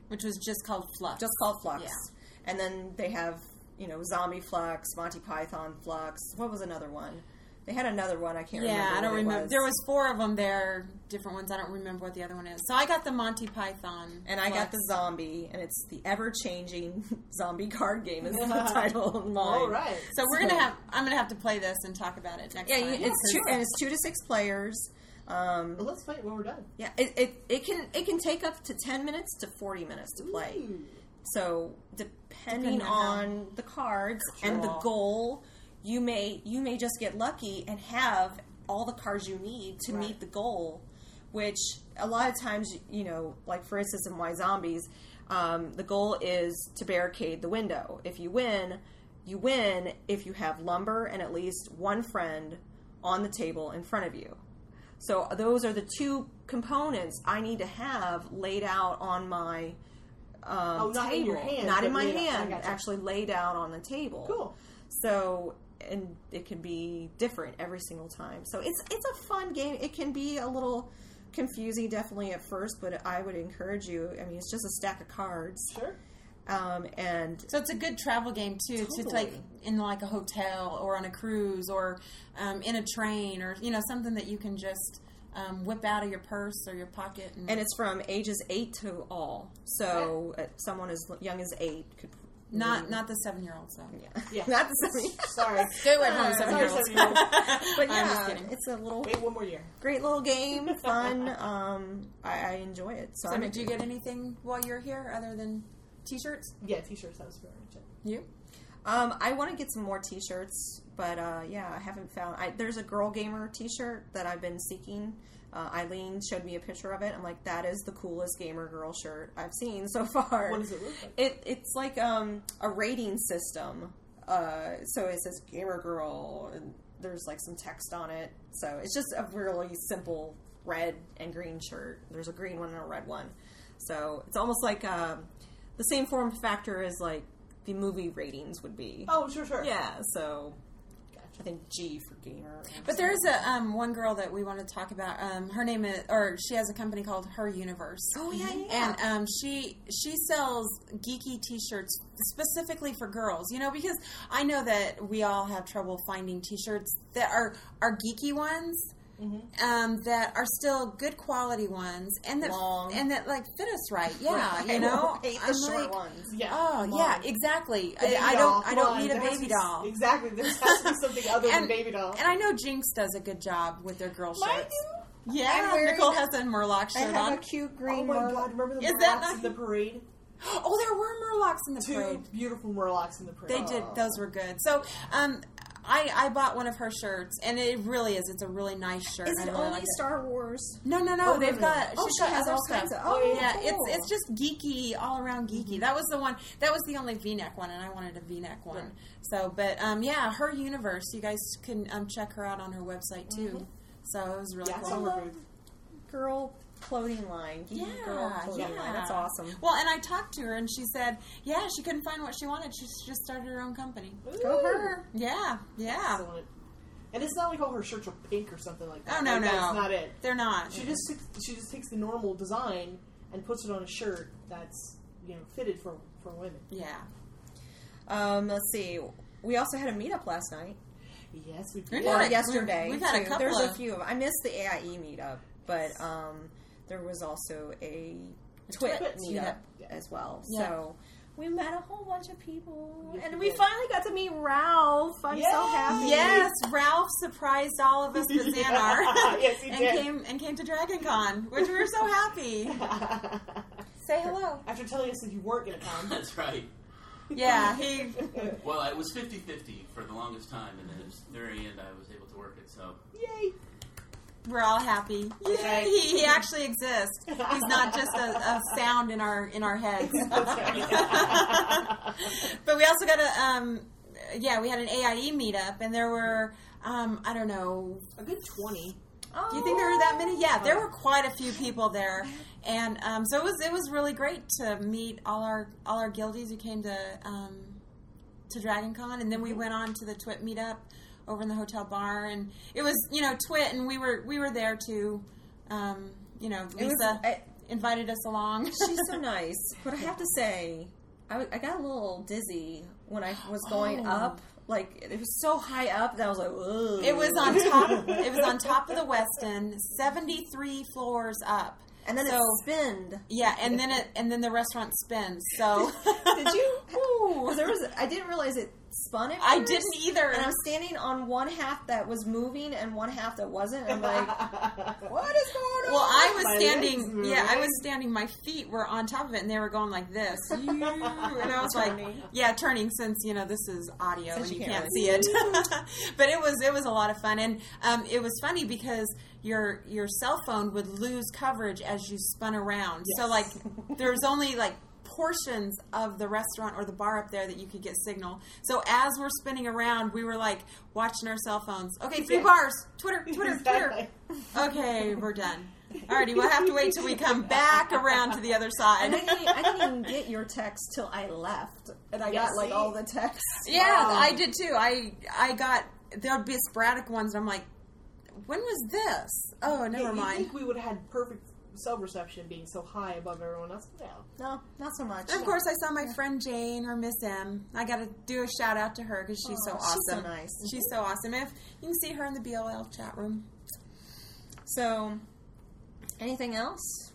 [SPEAKER 3] which was just called Fluff.
[SPEAKER 2] just called Flux,
[SPEAKER 3] Yeah.
[SPEAKER 2] and then they have you know Zombie Flux, Monty Python Flux. What was another one? They had another one. I can't.
[SPEAKER 3] yeah,
[SPEAKER 2] remember
[SPEAKER 3] I don't
[SPEAKER 2] what it
[SPEAKER 3] remember. There
[SPEAKER 2] was.
[SPEAKER 3] was four of them there, different ones. I don't remember what the other one is. So I got the Monty Python,
[SPEAKER 2] And I got the zombie, and it's the ever-changing zombie card game is the title of mine.
[SPEAKER 4] All right.
[SPEAKER 3] So we're gonna have. I'm gonna have to play this and talk about it next
[SPEAKER 2] Yeah,
[SPEAKER 3] time.
[SPEAKER 2] you, it's two, and it's two to six players. Um,
[SPEAKER 4] Well, let's play it when we're done.
[SPEAKER 2] yeah, it, it it can it can take up to ten minutes to forty minutes to play.
[SPEAKER 4] Ooh.
[SPEAKER 2] So depending
[SPEAKER 3] Depending on
[SPEAKER 2] on the cards and the
[SPEAKER 3] Sure.
[SPEAKER 2] goal, you may you may just get lucky and have all the cards you need to meet the goal. Which a lot of times, you know, like for instance in Why Zombies, um, the goal is to barricade the window. If you win, you win if you have lumber and at least one friend on the table in front of you. So those are the two components I need to have laid out on my um,
[SPEAKER 4] Oh, not
[SPEAKER 2] table,
[SPEAKER 4] in your hand,
[SPEAKER 2] not in
[SPEAKER 4] but
[SPEAKER 2] my
[SPEAKER 4] laid out. I
[SPEAKER 2] hand,
[SPEAKER 4] gotcha.
[SPEAKER 2] actually laid out on the table.
[SPEAKER 4] Cool.
[SPEAKER 2] So, and it can be different every single time. So it's it's a fun game. It can be a little confusing, definitely at first, but I would encourage you. I mean, it's just a stack of cards,
[SPEAKER 4] Sure.
[SPEAKER 2] um, and
[SPEAKER 3] So it's a good travel game too, to
[SPEAKER 2] Totally.
[SPEAKER 3] like in like a hotel or on a cruise or um, in a train or you know something that you can just um, whip out of your purse or your pocket. And,
[SPEAKER 2] and it's from ages eight to all. So uh, someone as young as eight could
[SPEAKER 3] not not the seven year olds though.
[SPEAKER 4] Yeah.
[SPEAKER 2] not the same.
[SPEAKER 4] Sorry.
[SPEAKER 3] Stay away from
[SPEAKER 2] Uh,
[SPEAKER 3] the seven
[SPEAKER 4] Sorry,
[SPEAKER 3] year olds.
[SPEAKER 4] seven year old.
[SPEAKER 2] But
[SPEAKER 3] I'm just
[SPEAKER 2] yeah,
[SPEAKER 3] kidding.
[SPEAKER 2] it's a little
[SPEAKER 4] Wait one more year.
[SPEAKER 2] great little game, fun. Um, I, I enjoy it. So,
[SPEAKER 3] So
[SPEAKER 2] I'm,
[SPEAKER 3] did you get anything while you're here other than t-shirts?
[SPEAKER 4] Yeah, t-shirts. That was pretty much it.
[SPEAKER 3] You?
[SPEAKER 2] um, I want to get some more T-shirts, but uh, yeah, I haven't found. I, there's a girl gamer T-shirt that I've been seeking. Uh, Eileen showed me a picture of it. I'm like, that is the coolest gamer girl shirt I've seen so far.
[SPEAKER 4] What does it look like?
[SPEAKER 2] It it's like um, a rating system. Uh, so it says gamer girl, and there's like some text on it. So it's just a really simple red and green shirt. There's a green one and a red one. So it's almost like um, the same form factor as like the movie ratings would be.
[SPEAKER 4] Oh, sure, sure.
[SPEAKER 2] Yeah. So I
[SPEAKER 4] Gotcha.
[SPEAKER 2] think G for gamer.
[SPEAKER 3] But there is a um, one girl that we want to talk about. Um, her name is, or she has a company called Her Universe.
[SPEAKER 2] Oh, yeah, yeah.
[SPEAKER 3] And um, she she sells geeky T-shirts specifically for girls. You know, because I know that we all have trouble finding T-shirts that are are geeky ones.
[SPEAKER 2] Mm-hmm.
[SPEAKER 3] Um, that are still good quality ones, and that
[SPEAKER 2] Long.
[SPEAKER 3] and that like fit us right. Yeah,
[SPEAKER 2] Right.
[SPEAKER 3] you know,
[SPEAKER 2] I hate the
[SPEAKER 3] I'm
[SPEAKER 2] short
[SPEAKER 3] like,
[SPEAKER 2] ones.
[SPEAKER 4] Yeah.
[SPEAKER 3] Oh
[SPEAKER 4] Mom.
[SPEAKER 3] yeah, exactly.
[SPEAKER 4] Baby
[SPEAKER 3] I, I
[SPEAKER 4] doll.
[SPEAKER 3] don't. I don't
[SPEAKER 4] Come on,
[SPEAKER 3] need a
[SPEAKER 4] there has
[SPEAKER 3] baby
[SPEAKER 4] to be-
[SPEAKER 3] doll.
[SPEAKER 4] Exactly. There has to be something other than baby doll.
[SPEAKER 3] And I know Jinx does a good job with their girl
[SPEAKER 2] Mine
[SPEAKER 3] shirts.
[SPEAKER 2] do. I'm
[SPEAKER 3] Yeah,
[SPEAKER 2] wearing-
[SPEAKER 3] Nicole has a Murloc
[SPEAKER 2] I
[SPEAKER 3] shirt
[SPEAKER 2] have
[SPEAKER 3] on.
[SPEAKER 2] a cute green.
[SPEAKER 4] oh my
[SPEAKER 2] one.
[SPEAKER 4] god! Remember the
[SPEAKER 3] Is
[SPEAKER 4] Murlocs
[SPEAKER 3] that not-
[SPEAKER 4] in the parade?
[SPEAKER 3] oh, there were Murlocs in the
[SPEAKER 4] Two
[SPEAKER 3] parade.
[SPEAKER 4] beautiful Murlocs in the Oh. parade.
[SPEAKER 3] They did;
[SPEAKER 2] Oh.
[SPEAKER 3] those were good. So, um, I I bought one of her shirts, and it really is. It's a really nice shirt.
[SPEAKER 2] Is
[SPEAKER 3] I
[SPEAKER 2] it
[SPEAKER 3] really
[SPEAKER 2] only
[SPEAKER 3] like it.
[SPEAKER 2] Star Wars?
[SPEAKER 3] No, no, no.
[SPEAKER 4] Oh,
[SPEAKER 3] they've
[SPEAKER 4] no, no.
[SPEAKER 3] got.
[SPEAKER 2] Oh,
[SPEAKER 3] she's
[SPEAKER 2] she
[SPEAKER 3] got
[SPEAKER 2] has
[SPEAKER 3] other
[SPEAKER 2] all
[SPEAKER 3] stuff.
[SPEAKER 2] kinds of- oh,
[SPEAKER 3] yeah,
[SPEAKER 2] cool. Mm-hmm.
[SPEAKER 3] it's it's just geeky all around geeky. That was the one. That was the only V-neck one, and I wanted a V-neck one. So, but um, yeah, her universe. You guys can um check her out on her website too.
[SPEAKER 2] Mm-hmm.
[SPEAKER 3] So it was really
[SPEAKER 4] Yeah,
[SPEAKER 3] cool.
[SPEAKER 4] some were
[SPEAKER 2] love-
[SPEAKER 4] good.
[SPEAKER 2] girl clothing line. Geeky
[SPEAKER 3] Yeah,
[SPEAKER 2] girl clothing
[SPEAKER 3] yeah.
[SPEAKER 2] line. That's awesome.
[SPEAKER 3] Well, and I talked to her, and she said, yeah, she couldn't find what she wanted. She just started her own company.
[SPEAKER 2] Go
[SPEAKER 4] Ooh.
[SPEAKER 2] her.
[SPEAKER 3] Yeah, yeah.
[SPEAKER 4] Excellent. And it's not like all her shirts are pink or something like that.
[SPEAKER 3] Oh no,
[SPEAKER 4] Like,
[SPEAKER 3] no,
[SPEAKER 4] that's not it.
[SPEAKER 3] They're not.
[SPEAKER 4] She just takes- she just takes the normal design and puts it on a shirt that's you know fitted for for women.
[SPEAKER 3] yeah.
[SPEAKER 2] Um, let's see. We also had a meetup last night
[SPEAKER 4] Yes, we
[SPEAKER 3] You're
[SPEAKER 4] did.
[SPEAKER 3] not-
[SPEAKER 2] or
[SPEAKER 3] Yeah,
[SPEAKER 2] yesterday.
[SPEAKER 3] we've- we've had a
[SPEAKER 2] too.
[SPEAKER 3] couple
[SPEAKER 2] There's a
[SPEAKER 3] of-
[SPEAKER 2] few. Of, I missed the AIE meetup, but um, there was also a Twit
[SPEAKER 3] Twit
[SPEAKER 2] meetup
[SPEAKER 3] meetup.
[SPEAKER 2] as well.
[SPEAKER 3] Yeah.
[SPEAKER 2] So we met a whole bunch of people,
[SPEAKER 4] Yes,
[SPEAKER 2] and
[SPEAKER 4] we
[SPEAKER 2] we
[SPEAKER 4] did.
[SPEAKER 2] finally got to meet Ralph. I'm so
[SPEAKER 4] Yay!
[SPEAKER 2] happy.
[SPEAKER 3] Yes, Ralph surprised all of us at Xanar.
[SPEAKER 4] Yeah, yes, he
[SPEAKER 3] and
[SPEAKER 4] did.
[SPEAKER 3] came and came to Dragon Con, which we were so happy. Say hello.
[SPEAKER 4] After telling us that you weren't going to come.
[SPEAKER 5] That's right.
[SPEAKER 3] Yeah, he
[SPEAKER 5] Well, it was 50-50 for the longest time, and then at the very end, I was able to work it. So
[SPEAKER 4] Yay!
[SPEAKER 3] we're all happy.
[SPEAKER 4] Right.
[SPEAKER 3] He, he actually exists. He's not just a, a sound in our in our heads. but we also got a um, yeah, we had an AIE meetup, and there were um, I don't know
[SPEAKER 4] A good 20.
[SPEAKER 2] Oh.
[SPEAKER 3] Do you think there were that many? Yeah, there were quite a few people there, and um, so it was it was really great to meet all our all our guildies who came to um, to Dragon Con, and then
[SPEAKER 2] Mm-hmm.
[SPEAKER 3] we went on to the Twit meetup over in the hotel bar, and it was you know Twit, and we were we were there too. Um, you know, Lisa
[SPEAKER 2] It was- I-
[SPEAKER 3] invited us along.
[SPEAKER 2] she's so nice. But I have to say, I, w- I got a little dizzy when I was
[SPEAKER 3] Oh.
[SPEAKER 2] going up. Like it was so high up that I was like, Ugh.
[SPEAKER 3] it was on top. It was on top of the Westin, seventy three floors up.
[SPEAKER 2] and then
[SPEAKER 3] so,
[SPEAKER 2] it spinned.
[SPEAKER 3] yeah, and then it and then the restaurant spins. So
[SPEAKER 2] Did you? Because there was, I didn't realize it spun it.
[SPEAKER 3] I didn't either.
[SPEAKER 2] And I'm standing on one half that was moving and one half that wasn't. I'm like, what is going on?
[SPEAKER 3] Well, I was
[SPEAKER 4] My legs
[SPEAKER 3] standing.
[SPEAKER 4] moving.
[SPEAKER 3] Yeah, I was standing. My feet were on top of it, and they were going like this. And I was like, "Yeah, turning." Since you know this is audio and
[SPEAKER 2] you
[SPEAKER 3] you
[SPEAKER 2] can't
[SPEAKER 3] can't see it, but it was it was a lot of fun, and um, it was funny because your your cell phone would lose coverage as you spun around. So
[SPEAKER 4] Yes.
[SPEAKER 3] like there was only like portions of the restaurant or the bar up there that you could get signal. So as we're spinning around, we were like watching our cell phones. Okay, three bars. Twitter, Twitter, Twitter.
[SPEAKER 4] Exactly.
[SPEAKER 3] Okay, we're done. Alrighty, we'll have to wait till we come back around to the other side.
[SPEAKER 2] And I didn't, I didn't even get your text till I left, and I
[SPEAKER 4] Yeah,
[SPEAKER 2] got like
[SPEAKER 4] see?
[SPEAKER 2] all the texts.
[SPEAKER 3] Yeah, I did too. I I got there'd be sporadic ones and I'm like, when was this? Oh,
[SPEAKER 4] Yeah,
[SPEAKER 3] never
[SPEAKER 4] you'd
[SPEAKER 3] mind.
[SPEAKER 4] think we would have had perfect cell reception being so high above everyone else. No.
[SPEAKER 2] No, not so much.
[SPEAKER 3] And of course, I saw my friend Jane or Miss M. I got to do a shout out to her because she's so
[SPEAKER 2] Aw,
[SPEAKER 3] awesome.
[SPEAKER 2] she's so nice.
[SPEAKER 3] She's so awesome. If you can see her in the BLL chat room,
[SPEAKER 2] So, anything else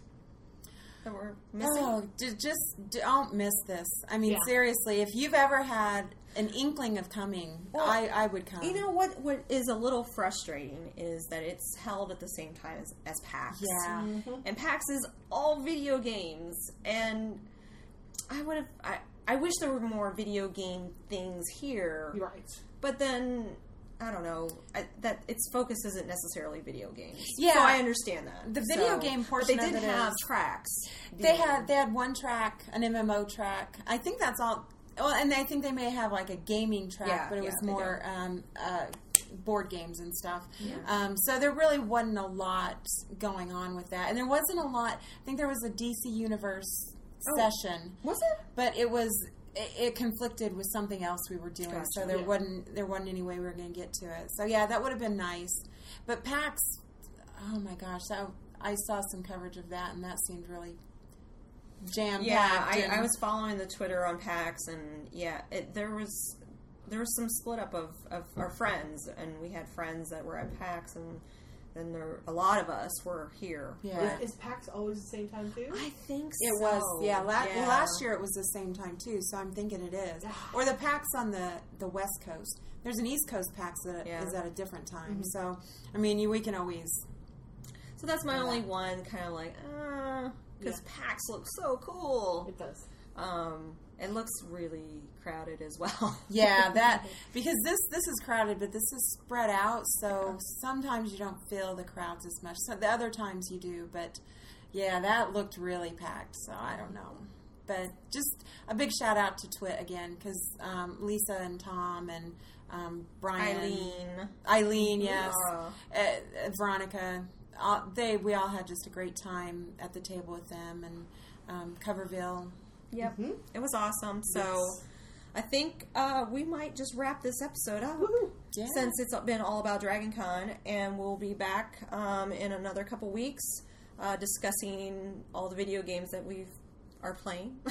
[SPEAKER 2] that we're missing?
[SPEAKER 3] Oh, d- just don't miss this. I mean,
[SPEAKER 4] Yeah.
[SPEAKER 3] seriously, if you've ever had an inkling of coming,
[SPEAKER 2] Well,
[SPEAKER 3] I, I would come.
[SPEAKER 2] You know what? What is a little frustrating is that it's held at the same time as, as PAX.
[SPEAKER 3] Yeah.
[SPEAKER 2] and PAX is all video games, and I would have. I, I wish there were more video game things here,
[SPEAKER 4] You're right.
[SPEAKER 2] but then I don't know I, that its focus isn't necessarily video games.
[SPEAKER 3] Yeah.
[SPEAKER 2] so I understand that
[SPEAKER 3] The video
[SPEAKER 2] So-
[SPEAKER 3] game
[SPEAKER 2] but
[SPEAKER 3] portion
[SPEAKER 2] They
[SPEAKER 3] of
[SPEAKER 2] did
[SPEAKER 3] it
[SPEAKER 2] have
[SPEAKER 3] is-
[SPEAKER 2] tracks.
[SPEAKER 3] they had they had one track, an MMO track. I think that's all. Well, and I think they may have like a gaming track,
[SPEAKER 2] Yeah,
[SPEAKER 3] but it
[SPEAKER 2] yeah,
[SPEAKER 3] was
[SPEAKER 2] they
[SPEAKER 3] more um, uh, board games and stuff. Um, so there really wasn't a lot going on with that, and there wasn't a lot. I think there was a DC Universe
[SPEAKER 2] Oh.
[SPEAKER 3] session.
[SPEAKER 2] Was it?
[SPEAKER 3] but it was it, it conflicted with something else we were doing, so there
[SPEAKER 4] yeah.
[SPEAKER 3] wasn't there wasn't any way we were going to get to it. So yeah, that would have been nice. But PAX, oh my gosh, that, I saw some coverage of that, and that seemed really jam.
[SPEAKER 2] Yeah, I, I was following the Twitter on PAX, and yeah, it, there was there was some split up of, of our friends, and we had friends that were at PAX, and then there a lot of us were here.
[SPEAKER 3] Yeah.
[SPEAKER 4] Is, is PAX always the same time too?
[SPEAKER 2] I think
[SPEAKER 3] It
[SPEAKER 2] so.
[SPEAKER 3] was yeah, la-
[SPEAKER 2] Yeah.
[SPEAKER 3] Well, last year it was the same time too, so I'm thinking it is. Or the PAX on the the West Coast. There's an East Coast PAX that is
[SPEAKER 2] Yeah. Mm-hmm.
[SPEAKER 3] at a different time. So I mean, you, we can always
[SPEAKER 2] So that's my only one kind of like, because PAX looks so cool.
[SPEAKER 4] It does.
[SPEAKER 2] Um, it looks really crowded as well.
[SPEAKER 3] Yeah, that because this this is crowded, but this is spread out, so sometimes you don't feel the crowds as much. So the other times you do, but yeah, that looked really packed. So I don't know, but just a big shout out to Twit again because um, Lisa and Tom and um, Brian,
[SPEAKER 2] Eileen.
[SPEAKER 3] Eileen, yes,
[SPEAKER 2] Laura.
[SPEAKER 3] uh, uh, Veronica. All, they we all had just a great time at the table with them and um, Coverville.
[SPEAKER 2] Yep.
[SPEAKER 3] Mm-hmm.
[SPEAKER 2] It was awesome. So I think uh, we might just wrap this episode up
[SPEAKER 3] Yeah.
[SPEAKER 2] since it's been all about Dragon Con, and we'll be back um, in another couple weeks uh, discussing all the video games that we are playing.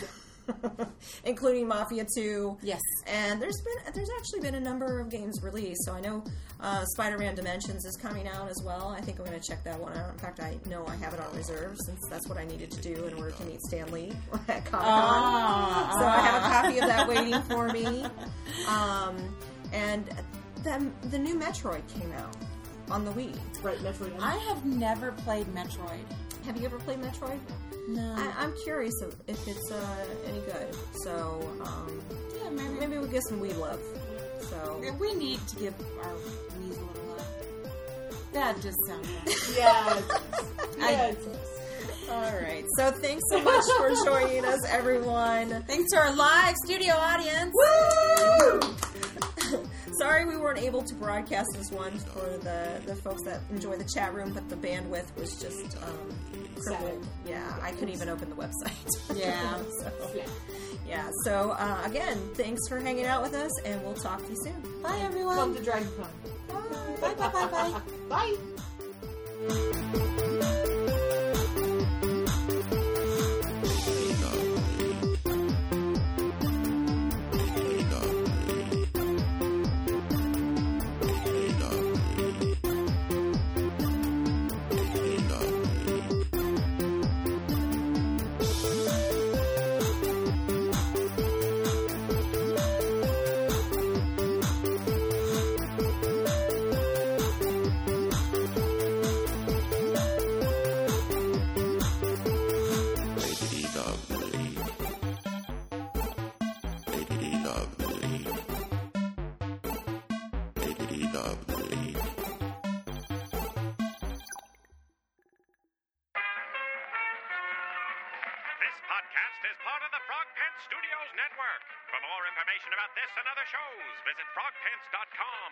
[SPEAKER 2] including Mafia Two.
[SPEAKER 3] Yes.
[SPEAKER 2] and there's been there's actually been a number of games released. So I know uh, Spider-Man Dimensions is coming out as well. I think I'm going to check that one out. In fact, I know I have it on reserve since that's what I needed to do in order to meet Stan Lee at Comic
[SPEAKER 3] Ah.
[SPEAKER 2] Con. so I have a copy of that waiting for me. Um, and the the new Metroid came out on the Wii.
[SPEAKER 4] Right, Metroid.
[SPEAKER 3] I have never played Metroid.
[SPEAKER 2] Have you ever played Metroid?
[SPEAKER 3] No.
[SPEAKER 2] I, I'm curious if, if it's uh, any good. So um,
[SPEAKER 3] yeah, maybe,
[SPEAKER 2] maybe we'll get some Wii love. So
[SPEAKER 3] maybe we need to give our Wii's a little love. That just sounds right.
[SPEAKER 4] yeah.
[SPEAKER 3] I-
[SPEAKER 4] yeah.
[SPEAKER 2] all right. So thanks so much for joining us, everyone.
[SPEAKER 3] Thanks to our live studio audience.
[SPEAKER 2] Sorry we weren't able to broadcast this one for the, the folks that enjoy the chat room, but the bandwidth was just um, crippled. Yeah, I couldn't even open the website.
[SPEAKER 3] Yeah.
[SPEAKER 2] so,
[SPEAKER 4] yeah.
[SPEAKER 2] yeah. So uh, again, thanks for hanging out with us, and we'll talk to you soon.
[SPEAKER 3] Bye,
[SPEAKER 4] Come
[SPEAKER 3] everyone.
[SPEAKER 4] to Dragon Con.
[SPEAKER 3] Bye, bye, bye, bye.
[SPEAKER 4] Bye.
[SPEAKER 1] Lady Lovely. Lady Lovely. Lady Lovely.
[SPEAKER 6] This podcast is part of the Frog Pants Studios Network. For more information about this and other shows, visit frogpants.com.